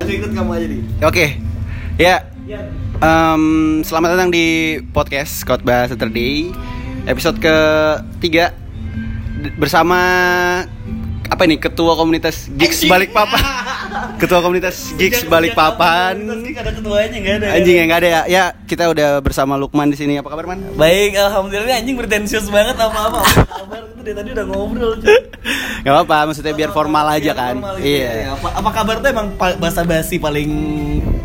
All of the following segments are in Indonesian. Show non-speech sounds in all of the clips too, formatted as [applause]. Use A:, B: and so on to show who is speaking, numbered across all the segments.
A: Oke, ikut kamu aja nih.
B: Oke. Ya. Em, selamat datang di podcast Khotbah Saturday episode ketiga D- bersama apa ini ketua komunitas Gigs
A: Anjing. [laughs]
B: Balikpapan. Ketua komunitas
A: Sejak-
B: Gigs
A: sejak
B: Balikpapan.
A: komunitas Geeks ada ketuanya nggak ada.
B: Anjing yang enggak ada ya. Ya, kita udah bersama Lukman di sini. Apa kabar, Man?
A: Baik, alhamdulillah ini anjing pretensius banget apa-apa. [laughs] Kabar itu dari tadi udah ngobrol, cuy.
B: Gak apa-apa, maksudnya Ya, biar formal aja
A: Biar
B: kan.
A: formal, ya,
B: Iya.
A: Apa, apa kabar tuh emang pa- basa-basi paling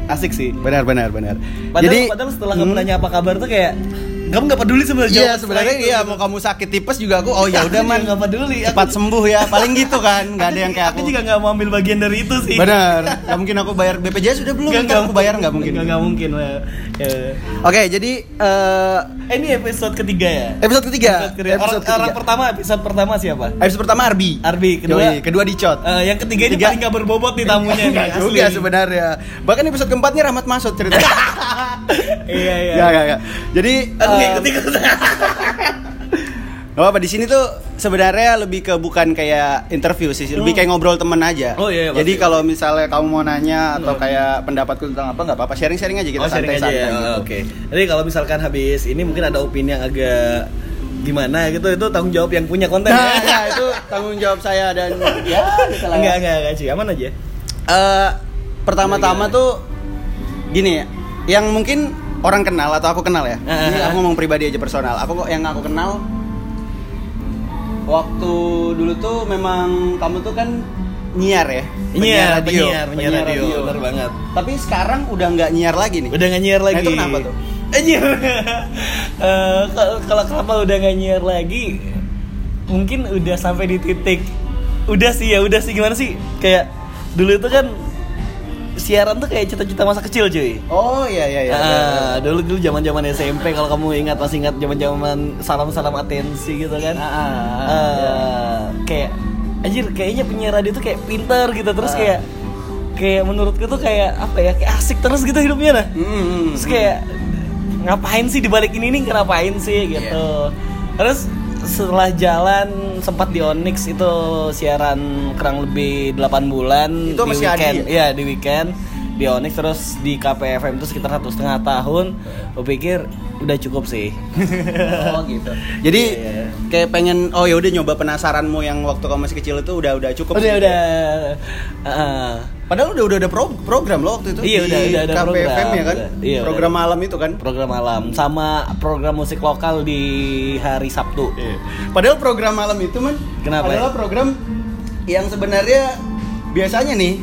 A: asik sih.
B: Benar, benar, benar.
A: Padahal, padahal setelah kamu
B: Hmm.
A: nanya apa kabar tuh kayak kamu nggak peduli sebenarnya.
B: Iya
A: jawab
B: sebenarnya
A: setelah itu,
B: iya
A: gitu.
B: mau kamu sakit tipes juga aku oh ya
A: [laughs]
B: udah
A: Aku
B: man
A: juga nggak peduli. Aku-
B: cepat sembuh ya paling gitu kan nggak ada yang kayak
A: aku
B: aku.
A: juga nggak mau ambil bagian dari itu sih.
B: Bener nggak mungkin aku bayar BPJS udah belum kan aku bayar nggak mungkin.
A: Nggak nggak mungkin. Wah. Ya.
B: Oke jadi eh,
A: Eh, ini episode ketiga ya.
B: Iya, episode ketiga
A: Episode ketiga. orang, orang
B: ketiga.
A: pertama episode pertama siapa?
B: Episode pertama Arbi
A: Arbi, kedua?
B: Yoi, kedua dicot
A: Eh, yang ketiga ini
B: Tiga.
A: paling gak berbobot nih tamunya nih.
B: Nggak
A: asli.
B: Iya juga sebenarnya bahkan episode keempatnya Rahmat Masud cerita [laughs]
A: Iya iya.
B: ya ya ya jadi
A: Aku
B: eh,
A: nggak ikut ikut.
B: Gak apa di sini tuh sebenarnya lebih ke bukan kayak interview sih, lebih kayak ngobrol temen aja.
A: Oh, iya, iya,
B: Jadi
A: pasti.
B: kalau misalnya kamu mau nanya atau kayak pendapatku tentang apa nggak apa-apa, sharing-sharing aja kita
A: Oh, sharing aja ya.
B: santai-santai. gitu.
A: Oh, Oke. Jadi kalau misalkan habis ini mungkin ada opini yang agak gimana gitu itu tanggung jawab yang punya konten ya.
B: Nah, ya,
A: [laughs]
B: itu tanggung jawab saya dan ya gitu lah.
A: Enggak enggak enggak sih, aman aja.
B: Eh,
A: Iya,
B: pertama-tama tuh gini ya, yang mungkin orang kenal atau aku kenal ya.
A: Ah,
B: Ini
A: ah,
B: aku ngomong pribadi aja personal. Aku kok yang aku kenal waktu dulu tuh memang kamu tuh kan nyiar ya.
A: Penyiar,
B: radio,
A: penyiar, penyiar radio. Bener banget.
B: Tapi sekarang udah nggak nyiar lagi nih.
A: Udah gak nyiar lagi.
B: Nah, itu kenapa tuh?
A: Eh, nyiar. Eh, kalau- kalau kenapa udah gak nyiar lagi? Mungkin udah sampai di titik. Udah sih ya, udah sih gimana sih? Kayak dulu itu kan siaran tuh kayak cita-cita masa kecil cuy.
B: Oh iya iya iya.
A: Ah, dulu dulu zaman zaman SMP kalau kamu ingat masih ingat zaman zaman salam salam atensi gitu kan.
B: Ah, iya. ah, ah,
A: Ah, kayak anjir kayaknya penyiar radio tuh kayak pintar gitu terus
B: Ah.
A: kayak kayak menurutku tuh kayak apa ya kayak asik terus gitu hidupnya nah.
B: Hmm,
A: Terus kayak ngapain sih dibalik ini nih ngapain sih
B: Iya.
A: gitu. Terus setelah jalan sempat di Onyx itu siaran kurang lebih 8 bulan
B: Itu
A: di
B: masih Adi
A: weekend.
B: ya?
A: Iya di weekend di Onyx terus di KPFM itu sekitar satu setengah tahun. Gue pikir udah cukup sih.
B: [laughs] Oh gitu. Jadi
A: Iya, iya.
B: kayak pengen oh ya udah nyoba penasaranmu yang waktu kamu masih kecil itu udah udah cukup.
A: udah
B: sih.
A: udah. Ah,
B: Padahal udah udah ada pro- program loh waktu itu
A: Iya,
B: di
A: udah- udah ada
B: KPFM
A: program.
B: ya kan?
A: Udah. Iya,
B: program malam itu kan.
A: program malam sama program musik lokal di hari Sabtu.
B: Padahal program malam itu man
A: Iya. Kenapa
B: adalah program yang sebenarnya biasanya nih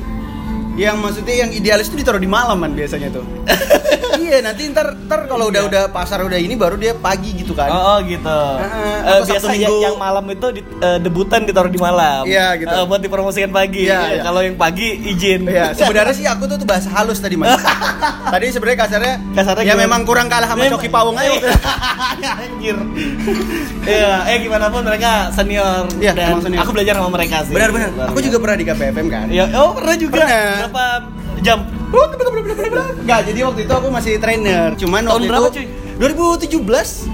B: yang maksudnya yang idealis itu ditaruh di malam man biasanya
A: [laughs]
B: tuh. iya, nanti ntar ntar kalau
A: Iya.
B: udah udah pasar udah ini baru dia pagi gitu kan.
A: Oh, oh, gitu.
B: Heeh,
A: Eh,
B: atau Sabtu
A: biasa yang,
B: Minggu.
A: yang malam itu di, eh, debutan ditaruh di malam.
B: Iya, gitu.
A: Eh, buat dipromosikan pagi.
B: Iya,
A: Eh,
B: iya.
A: Kalau yang pagi izin.
B: Iya,
A: [laughs]
B: sebenarnya sih aku tuh, tuh bahasa halus tadi mas. tadi sebenarnya kasarnya,
A: Kasarnya
B: ya
A: gimana? Iya.
B: memang kurang kalah sama
A: Memang-
B: Coki Pawong aja. waktu itu.
A: Anjir. Iya, eh gimana pun mereka senior
B: Iya,
A: dan
B: emang senior.
A: aku belajar sama mereka sih.
B: Benar-benar. Aku juga pernah di KPFM kan.
A: Ya, oh pernah juga.
B: Pernah.
A: Berapa jam?
B: Enggak, jadi waktu itu aku masih trainer. Cuman
A: Tahun
B: waktu
A: berapa,
B: itu 2017.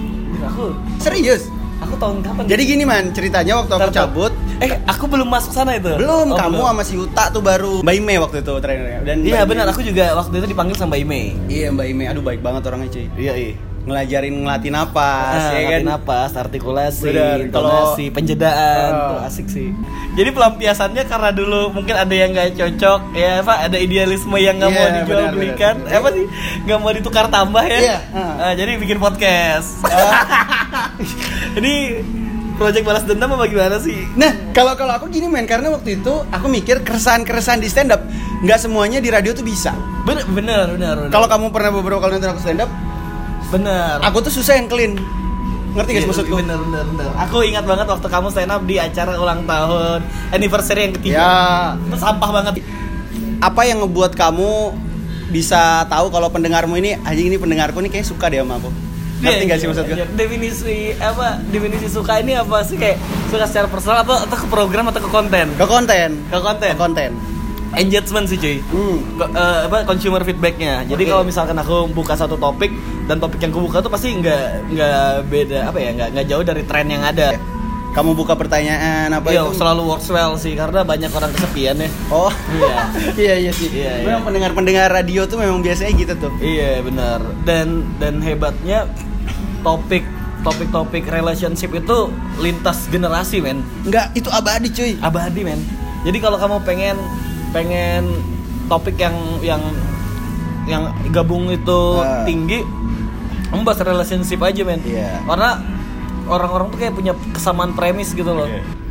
A: Aku
B: Serius.
A: aku tahun kapan?
B: Jadi gini man, ceritanya waktu aku
A: Ntar,
B: cabut
A: eh aku belum masuk sana itu.
B: belum
A: Oh,
B: kamu sama si Uta tuh baru Mbak Ime waktu itu trainernya. Dan
A: Iya,
B: Mbak
A: benar.
B: Ime-
A: Aku juga waktu itu dipanggil sama Ime.
B: Iya, Mbak Ime. Aduh baik banget orangnya, cuy.
A: Iya, iya.
B: Ngelajarin ngelatih napas,
A: Ah,
B: ya
A: latihan
B: kan?
A: napas, artikulasi,
B: Benar,
A: intonasi,
B: kalau-
A: penjedaan,
B: Ah.
A: tuh asik sih. Jadi pelampiasannya karena dulu mungkin ada yang nggak cocok, ya Pak, ada idealisme yang nggak mau
B: Iya,
A: dijual
B: benar,
A: belikan,
B: benar,
A: Eh, apa sih, nggak mau ditukar tambah ya.
B: Iya, ah.
A: Ah, jadi bikin podcast. [laughs] Ini project balas dendam apa gimana sih?
B: Nah, kalau kalau aku gini men, karena waktu itu aku mikir keresahan-keresahan di stand up nggak semuanya di radio tuh bisa.
A: Bener, bener, bener. bener.
B: Kalau kamu pernah beberapa kali nonton aku stand up,
A: bener.
B: aku tuh susah yang clean. Ngerti gak sih
A: Iya,
B: maksudku?
A: Bener, bener, bener. Aku ingat banget waktu kamu stand up di acara ulang tahun anniversary yang ketiga.
B: Ya.
A: Itu sampah banget.
B: Apa yang ngebuat kamu bisa tahu kalau pendengarmu ini anjing ini pendengarku ini kayak suka deh sama aku. Ngerti
A: Iya,
B: gak sih
A: iya,
B: maksudku?
A: iya. Definisi apa? Definisi suka ini apa sih kayak suka secara personal atau atau ke program atau ke konten?
B: Ke konten.
A: Ke konten.
B: Ke konten.
A: Engagement sih cuy.
B: Hmm.
A: Ko- eh, apa consumer feedbacknya. Jadi
B: Oke.
A: kalau misalkan aku buka satu topik dan topik yang aku buka tuh pasti nggak nggak beda apa ya nggak nggak jauh dari tren yang ada.
B: kamu buka pertanyaan Iya. apa
A: Iya,
B: itu?
A: selalu works well sih karena banyak orang kesepian ya.
B: Oh.
A: Iya.
B: [laughs] iya iya sih.
A: Iya, iya.
B: Memang pendengar-pendengar radio tuh memang biasanya gitu tuh.
A: Iya, benar. Dan dan hebatnya topik topik-topik relationship itu lintas generasi, men.
B: Enggak, itu abadi cuy.
A: abadi men jadi kalau kamu pengen pengen topik yang yang yang gabung itu
B: Ah.
A: tinggi kamu bahas relationship aja men
B: Iya.
A: karena orang-orang tuh kayak punya kesamaan premis gitu loh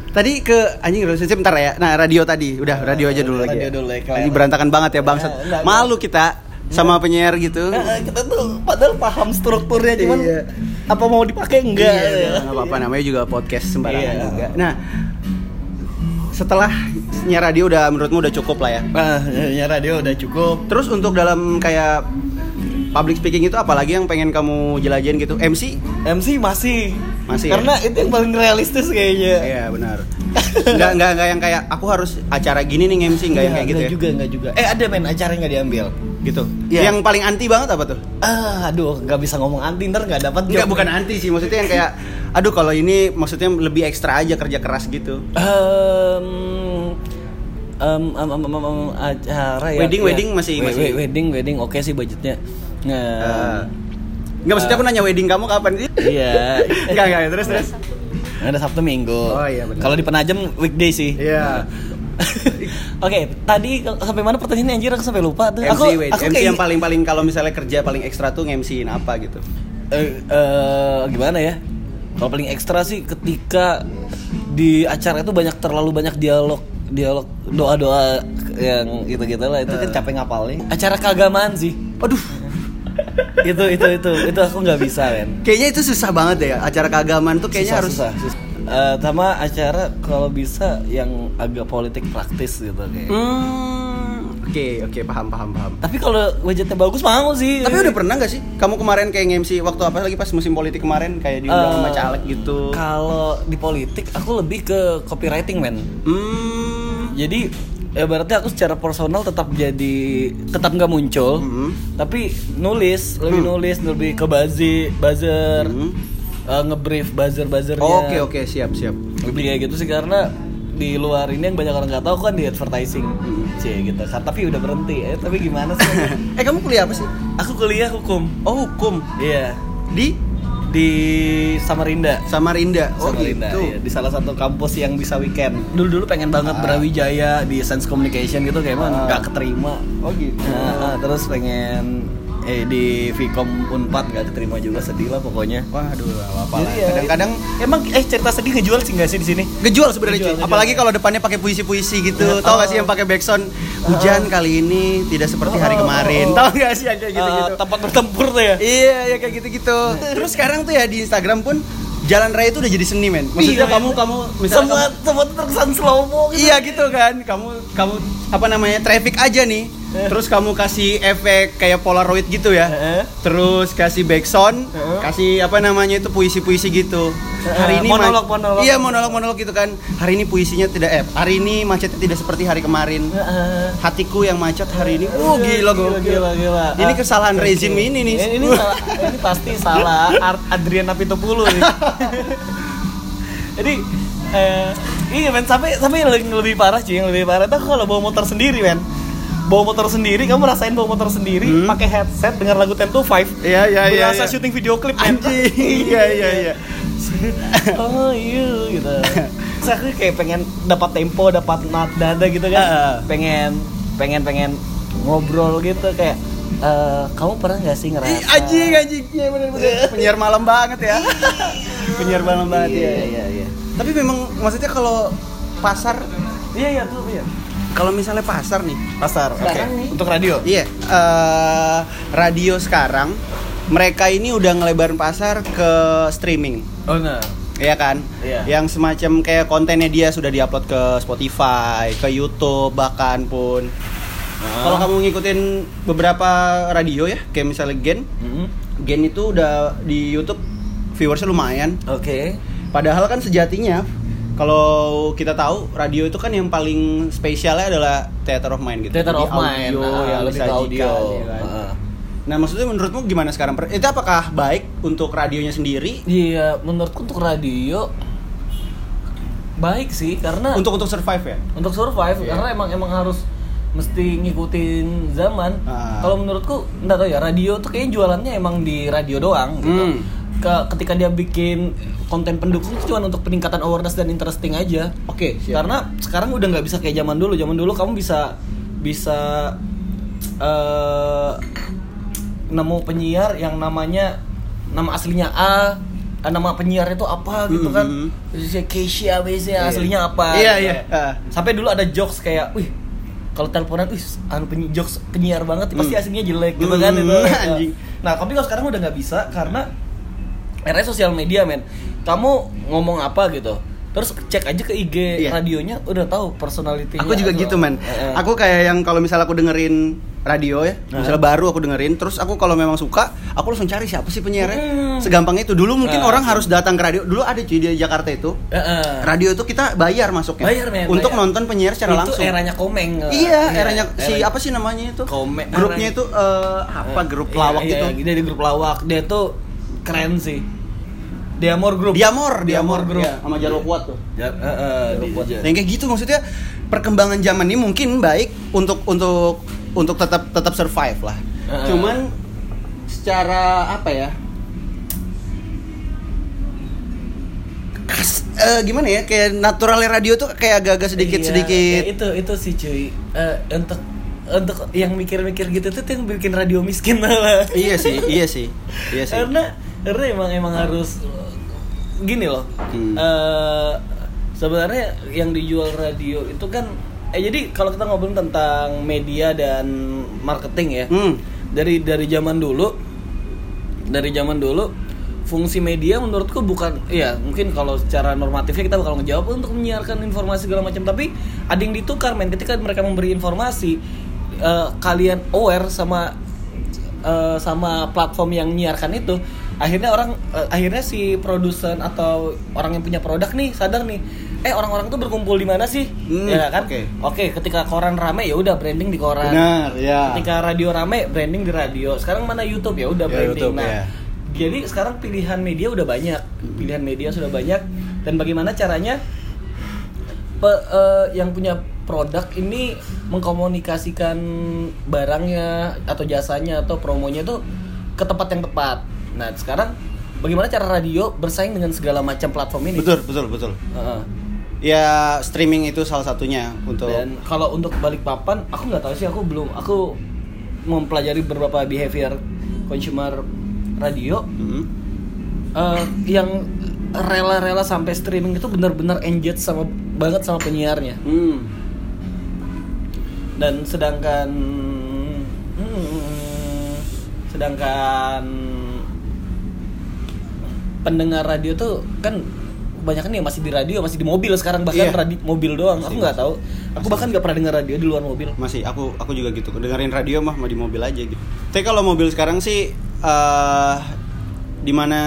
B: Tadi ke anjing relationship bentar ya. Nah, radio tadi. Udah, radio aja dulu lagi.
A: radio
B: ya.
A: dulu ya, kelihatan.
B: Lagi berantakan banget ya, bangsat.
A: Eh, enggak,
B: Malu kita sama penyiar gitu.
A: Eh, kita tuh padahal paham strukturnya cuman
B: Iya.
A: apa mau dipakai enggak
B: Iya,
A: ya.
B: enggak apa-apa namanya juga podcast sembarangan
A: Iya.
B: juga. Nah, setelah nyiar radio udah menurutmu udah cukup lah ya.
A: nah ya radio udah cukup
B: Terus untuk dalam kayak public speaking itu apalagi yang pengen kamu jelajahin gitu? MC?
A: MC masih ya?
B: Masih,
A: karena itu yang paling realistis kayaknya
B: Iya, benar. Enggak enggak enggak yang kayak aku harus acara gini nih MC enggak yang kayak gitu ya.
A: juga Iya, enggak juga eh ada men acaranya nggak diambil gitu
B: Iya. Yang paling anti banget apa tuh?
A: Ah, aduh, nggak bisa ngomong anti ntar nggak dapat
B: Enggak bukan anti sih, maksudnya yang kayak aduh kalau ini maksudnya lebih ekstra aja kerja keras gitu.
A: Um, um, um, um, um, um, acara ya.
B: Wedding,
A: ya.
B: wedding masih-
A: We-
B: masih.
A: we- wedding, wedding, oke sih budgetnya.
B: Eh,
A: Nah,
B: Enggak maksudnya aku nanya wedding kamu kapan [laughs] sih?
A: iya.
B: Enggak enggak terus Eh. terus.
A: Ada Sabtu Minggu.
B: Oh, iya, benar.
A: Kalau di Penajam weekday sih.
B: Iya.
A: [laughs] Oke, tadi ke- sampai mana pertanyaannya anjir aku sampai lupa tuh.
B: MC,
A: aku
B: wait,
A: aku
B: MC
A: kayak-
B: yang paling paling kalau misalnya kerja paling ekstra tuh nge-MC-in apa gitu.
A: Eh, eh, gimana ya? Kalau paling ekstra sih ketika di acara itu banyak terlalu banyak dialog dialog doa-doa yang gitu-gitu lah itu kan capek ngapalnya. Acara keagamaan sih.
B: Aduh,
A: itu itu itu itu aku nggak bisa men.
B: kayaknya itu susah banget ya acara keagamaan tuh kayaknya
A: Susah,
B: harus
A: susah. susah. Eh, sama acara kalau bisa yang agak politik praktis gitu kayak.
B: Hmm, oke oke paham paham paham. Iya.
A: Tapi kalau wajahnya bagus mau sih.
B: Tapi udah pernah nggak sih kamu kemarin kayak nge-MC waktu apa lagi pas musim politik kemarin kayak diundang sama
A: Eh,
B: caleg gitu.
A: Kalau di politik aku lebih ke copywriting men.
B: Hmm.
A: jadi ya berarti aku secara personal tetap jadi tetap nggak muncul
B: Mhm.
A: tapi nulis lebih
B: Hmm.
A: nulis lebih ke buzzi- buzzer
B: Mhm.
A: eh, ngebrief buzzer buzzernya
B: Oh, Oke oke siap siap.
A: lebih kayak gitu sih karena di luar ini yang banyak orang nggak tahu kan di advertising
B: Hmm.
A: cie gitu Kan, tapi udah berhenti eh, tapi gimana sih
B: [laughs] Eh kamu kuliah apa sih?
A: aku kuliah hukum
B: Oh hukum
A: iya
B: di
A: di Samarinda
B: Samarinda. Oh
A: Samarinda,
B: gitu.
A: iya, di salah satu kampus yang bisa weekend Ah. dulu dulu pengen banget Brawijaya di Science Communication gitu kayak mana
B: Ah.
A: nggak keterima
B: Oh gitu.
A: Nah, terus pengen eh di Vcom Unpad nggak keterima juga sedih lah pokoknya.
B: Waduh apa apa.
A: Jadi ya,
B: Kadang-kadang
A: Emang eh cerita sedih ngejual sih nggak sih di sini?
B: Gejual sebenarnya
A: Ngejual,
B: cuy.
A: ngejual.
B: Apalagi kalau depannya pakai puisi-puisi gitu.
A: Oh.
B: Tahu gak sih yang pakai backsound hujan kali ini tidak seperti hari
A: Iya. Oh, oh,
B: kemarin.
A: oh.
B: Tahu gak sih yang kayak gitu-gitu?
A: Eh, tempat bertempur tuh ya.
B: Iya, ya kayak gitu-gitu. Terus sekarang tuh ya di Instagram pun jalan raya itu udah jadi seni, men.
A: Iya,
B: Maksudnya kamu
A: iya.
B: kamu misalnya
A: Semua
B: kamu-
A: semua tuh terkesan slow mo gitu.
B: Iya gitu kan. Kamu kamu apa namanya? traffic aja nih.
A: Eh.
B: Terus kamu kasih efek kayak Polaroid gitu ya.
A: Heeh.
B: Terus kasih backsound,
A: Heeh.
B: kasih apa namanya itu puisi-puisi gitu.
A: Heeh,
B: Hari ini
A: Eh, monolog,
B: ma-
A: monolog.
B: Iya, monolog-monolog gitu kan. Hari ini puisinya tidak eh hari ini macetnya tidak seperti hari kemarin.
A: Ah, Heeh.
B: Hatiku yang macet hari ini. Uh, gila gokil.
A: Eh. gila, gila.
B: Ini
A: Ah,
B: kesalahan
A: oke.
B: rezim ini nih.
A: Ini, ini salah, ini pasti salah Ar- Adriana Pitupulu
B: [laughs]
A: nih. Jadi eh, iya men sampai sampai yang lebih- lebih parah sih yang lebih parah tuh kalau bawa motor sendiri men bawa motor sendiri kamu rasain bawa motor sendiri
B: Hmm.
A: pakai headset dengar lagu Ten to Five
B: Iya, iya, iya,
A: berasa
B: iya.
A: syuting video klip men
B: Anjing. Iya, iya, iya.
A: [laughs] oh iya gitu Terus aku kayak pengen dapat tempo dapat nada nada gitu kan
B: Heeh.
A: pengen pengen pengen ngobrol gitu kayak eh, kamu pernah nggak sih ngerasa
B: Ih, anjing anjing Iya, bener, [laughs] bener. penyiar malam banget ya penyiar malam banget
A: iya
B: ya
A: iya iya
B: tapi memang maksudnya kalau pasar
A: iya iya tuh iya
B: kalau misalnya pasar nih
A: pasar oke
B: Sekarang nih.
A: untuk radio
B: iya eh, radio sekarang mereka ini udah ngelebarin pasar ke streaming
A: oh nah
B: Iya kan?
A: Iya.
B: Yang semacam kayak kontennya dia sudah diupload ke Spotify, ke YouTube bahkan pun. Kalau kamu ngikutin beberapa radio ya, kayak misalnya Gen, Gen itu udah di YouTube viewersnya lumayan.
A: oke
B: Padahal kan sejatinya kalau kita tahu radio itu kan yang paling spesialnya adalah theater of mind gitu.
A: Theater
B: Jadi
A: of mind,
B: audio
A: ah,
B: yang
A: lebih ke
B: disajikan,
A: audio.
B: ya kan?
A: Ah.
B: Nah, maksudnya menurutmu gimana sekarang? Per- Itu apakah baik untuk radionya sendiri?
A: Iya, menurutku untuk radio baik sih karena
B: Untuk untuk survive ya.
A: untuk survive
B: Iya.
A: karena emang emang harus mesti ngikutin zaman.
B: Ah.
A: Kalau menurutku enggak tahu ya radio tuh kayaknya jualannya emang di radio doang gitu.
B: Hmm.
A: Ke- ketika dia bikin konten pendukung itu cuma untuk peningkatan awareness dan interesting aja. Oke,
B: Siap.
A: karena sekarang udah nggak bisa kayak zaman dulu. Zaman dulu kamu bisa bisa eh nemu penyiar yang namanya nama aslinya A, eh, nama penyiar itu apa gitu kan.
B: Mhm.
A: Terus dia, Keisha ABC
B: Iya.
A: aslinya apa?
B: Iya,
A: gitu.
B: iya. Ah.
A: Sampai dulu ada jokes kayak, wih, kalau teleponan, wih, anu penyi- jokes penyiar banget, pasti
B: Hmm.
A: aslinya jelek gitu kan
B: Hmm,
A: itu.
B: [laughs] anjing.
A: Nah, tapi kalau sekarang udah nggak bisa karena era sosial media, men. Kamu ngomong apa gitu. Terus cek aja ke IG
B: Iya.
A: radionya udah tahu personalitinya.
B: Aku juga
A: atau-
B: gitu
A: Eh,
B: man.
A: eh.
B: Aku kayak yang kalau misalnya aku dengerin radio ya, misalnya baru aku dengerin, terus aku kalau memang suka, aku langsung cari siapa sih penyiarnya.
A: Hmm.
B: Segampang itu. Dulu mungkin
A: Ah,
B: orang harus datang ke radio. Dulu ada cuy di Jakarta itu.
A: Eh, eh.
B: Radio itu kita bayar masuknya.
A: Bayar, men,
B: Untuk
A: bayar.
B: nonton penyiar secara
A: itu
B: langsung.
A: eranya komeng. eh.
B: Iya, eranya si apa sih namanya itu?
A: Komen-
B: Grupnya
A: eranya-
B: itu eh, apa grup lawak
A: iya,
B: gitu.
A: Iya, dia di grup lawak. Dia tuh keren sih. Diamor Group.
B: Diamor, Diamor
A: Group.
B: iya, sama Jarwo Kuat tuh.
A: Ja- eh, eh, di- ja-
B: Yang kayak gitu maksudnya perkembangan zaman ini mungkin baik untuk untuk untuk tetap tetap survive lah.
A: Heeh.
B: Cuman secara apa ya? Kas, eh, gimana ya? Kayak naturalnya radio tuh kayak agak-agak
A: Iya,
B: sedikit-sedikit.
A: ya itu itu sih cuy. Eh, untuk untuk yang mikir-mikir gitu tuh yang bikin radio miskin lah. [laughs]
B: iya sih, iya sih. Iya sih.
A: karena karena emang emang harus gini loh
B: Hmm.
A: Eh, sebenarnya yang dijual radio itu kan eh jadi kalau kita ngobrol tentang media dan marketing ya
B: Hmm.
A: dari dari zaman dulu dari zaman dulu fungsi media menurutku bukan ya mungkin kalau secara normatifnya kita bakal ngejawab untuk menyiarkan informasi segala macam tapi ada yang ditukar men ketika mereka memberi informasi eh, kalian aware sama eh, sama platform yang menyiarkan itu akhirnya orang eh, akhirnya si produsen atau orang yang punya produk nih sadar nih eh orang-orang tuh berkumpul di mana sih
B: Hmm,
A: ya kan
B: oke.
A: oke ketika koran rame ya udah branding di koran
B: Benar, ya.
A: ketika radio rame branding di radio sekarang mana YouTube ya udah
B: Ya,
A: branding
B: YouTube,
A: nah
B: ya. Hmm.
A: jadi sekarang pilihan media udah banyak pilihan media sudah banyak dan bagaimana caranya pe- eh, yang punya produk ini mengkomunikasikan barangnya atau jasanya atau promonya itu ke tempat yang tepat nah sekarang bagaimana cara radio bersaing dengan segala macam platform ini
B: Betul, betul, betul.
A: Heeh.
B: Ya streaming itu salah satunya untuk
A: Dan kalau untuk balik papan, aku nggak tahu sih, aku belum, aku mempelajari beberapa behavior consumer radio
B: Hmm.
A: eh, yang rela-rela sampai streaming itu benar-benar engage sama banget sama penyiarnya.
B: Hmm.
A: Dan sedangkan, hmm, sedangkan pendengar radio tuh kan kebanyakan ya masih di radio, masih di mobil sekarang bahkan
B: Iya.
A: radi- mobil doang. Aku
B: Pasti,
A: nggak tahu. Aku
B: Pasti.
A: bahkan nggak pernah dengar radio di luar mobil.
B: masih aku aku juga gitu dengerin radio mah mau di mobil aja gitu tapi kalau mobil sekarang sih eh dimana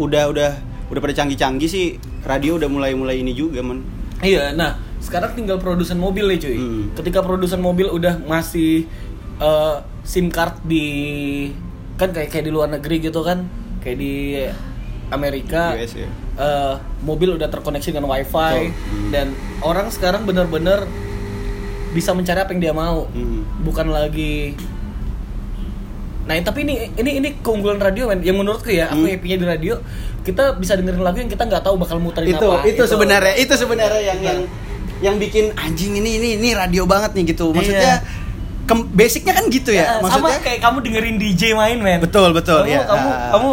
B: udah udah udah pada canggih-canggih sih radio udah mulai mulai ini juga men
A: Iya, nah sekarang tinggal produsen mobil nih cuy.
B: Hmm.
A: Ketika produsen mobil udah masih eh, SIM card di kan kayak kayak di luar negeri gitu kan, kayak di Amerika.
B: US ya
A: eh, mobil udah terkoneksi dengan wifi
B: Betul. Hmm.
A: dan orang sekarang bener-bener bisa mencari apa yang dia mau,
B: Hmm.
A: bukan lagi. Nah tapi ini ini ini keunggulan radio men, yang menurutku ya, aku
B: Hmm.
A: happy-nya di radio kita bisa dengerin lagu yang kita nggak tahu bakal muterin
B: itu
A: apa. gitu.
B: itu sebenarnya itu sebenarnya yang
A: Nah.
B: yang yang bikin anjing ini ini ini radio banget nih gitu maksudnya
A: Iya.
B: kem- basicnya kan gitu
A: Eh,
B: ya maksudnya
A: sama kayak kamu dengerin DJ main men
B: betul betul
A: kamu,
B: ya
A: kamu
B: Ah.
A: kamu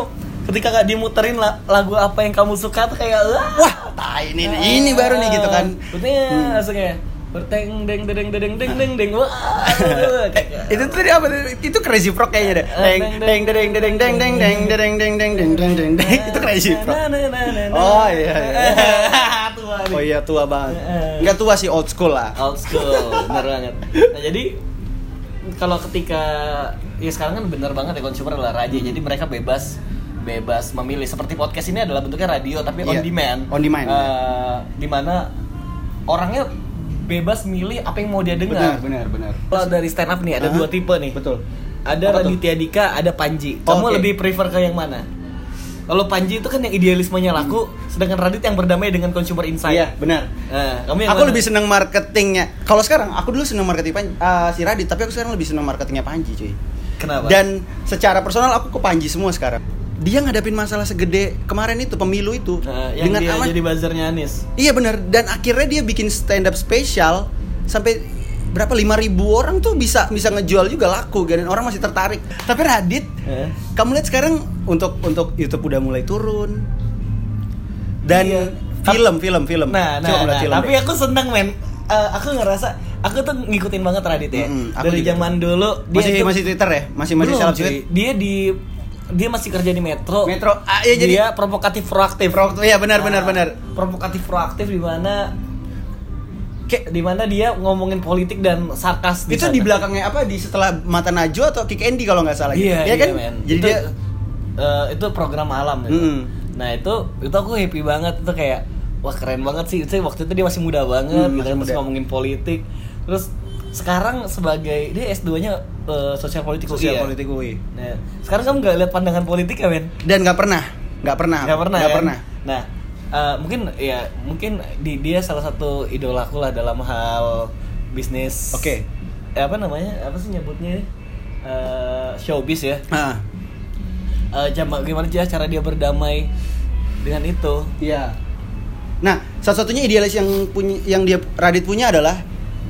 A: ketika gak dimuterin la- lagu apa yang kamu suka tuh kayak wah Ah.
B: wah Ah, tai ini ini, ini baru nih gitu kan
A: betulnya
B: Hmm.
A: langsung ya berteng deng deng deng deng deng deng deng
B: [laughs]
A: wah Kayak- gitu.
B: itu tadi apa itu crazy frog kayaknya deh deng deng deng deng deng deng deng deng deng deng deng deng deng deng itu crazy frog
A: Na, na, na, na, na.
B: Oh, iya, iya.
A: [laughs] Tua nih.
B: oh iya tua banget nggak tua sih old school lah
A: old school bener banget nah jadi kalau ketika ya sekarang kan bener banget ya consumer adalah raja
B: Hmm.
A: jadi mereka bebas bebas memilih seperti podcast ini adalah bentuknya radio tapi on
B: Iya,
A: demand
B: on demand.
A: Eh, di mana orangnya bebas milih apa yang mau dia dengar
B: benar benar
A: kalau dari stand up nih ada
B: Hah?
A: dua tipe nih
B: betul
A: ada
B: Apa tuh? Oh,
A: Raditya Dika ada Panji kamu
B: Oke.
A: lebih prefer ke yang mana Kalau Panji itu kan yang idealismenya laku, sedangkan Radit yang berdamai dengan consumer insight.
B: Iya, benar.
A: Eh, kamu yang
B: aku
A: mana?
B: lebih seneng marketingnya. Kalau sekarang aku dulu seneng marketing Pan- eh, si Radit, tapi aku sekarang lebih seneng marketingnya Panji, cuy.
A: kenapa?
B: Dan secara personal aku ke Panji semua sekarang. Dia ngadapin masalah segede kemarin itu pemilu itu
A: Eh, yang dia
B: aman.
A: jadi buzzernya Anies.
B: Iya benar. Dan akhirnya dia bikin stand up spesial sampai berapa 5000 orang tuh bisa bisa ngejual juga laku dan orang masih tertarik. Tapi Radit,
A: Eh.
B: kamu lihat sekarang untuk untuk YouTube udah mulai turun. Dan
A: Iya.
B: film, film, film.
A: Nah,
B: Coba
A: nah,
B: lihat
A: nah,
B: film
A: tapi
B: deh.
A: aku seneng men. Eh, aku ngerasa aku tuh ngikutin banget Radit ya.
B: Mm-mm, aku
A: Dari
B: juga.
A: zaman dulu
B: masih
A: itu-
B: masih Twitter ya? Masih masih
A: Belum,
B: salam
A: cuy.
B: tweet.
A: Dia di dia masih kerja di Metro.
B: Metro. Ah, iya, jadi-
A: dia provokatif proaktif. Nah,
B: Pro- iya, benar, benar, benar.
A: Provokatif proaktif di mana
B: Kayak
A: di mana dia ngomongin politik dan sarkas
B: itu
A: sana.
B: di belakangnya apa di setelah mata Najwa atau Kick Andy kalau nggak salah gitu.
A: Iya,
B: Iya kan?
A: men.
B: Jadi
A: itu,
B: dia
A: eh, itu program alam gitu.
B: Mm.
A: Nah, itu itu aku happy banget itu kayak wah keren banget sih. Itu waktu itu dia masih muda banget
B: Mm,
A: gitu
B: masih
A: kan, masih
B: muda.
A: ngomongin politik. Terus sekarang sebagai dia S2-nya sosial politik UI,
B: sosial
A: ya?
B: politik UI.
A: Nah, sekarang kamu nggak lihat pandangan politik ya, men?
B: Dan nggak pernah, nggak pernah.
A: Nggak pernah.
B: Nggak
A: kan?
B: pernah.
A: Nah, eh, mungkin ya mungkin di dia salah satu idolaku lah dalam hal bisnis.
B: Oke.
A: Eh, apa namanya? Apa sih nyebutnya? Eh, showbiz ya.
B: Ah,
A: Eh, jama- gimana sih cara dia berdamai dengan itu?
B: Iya. Nah, satu-satunya idealis yang punya yang dia Radit punya adalah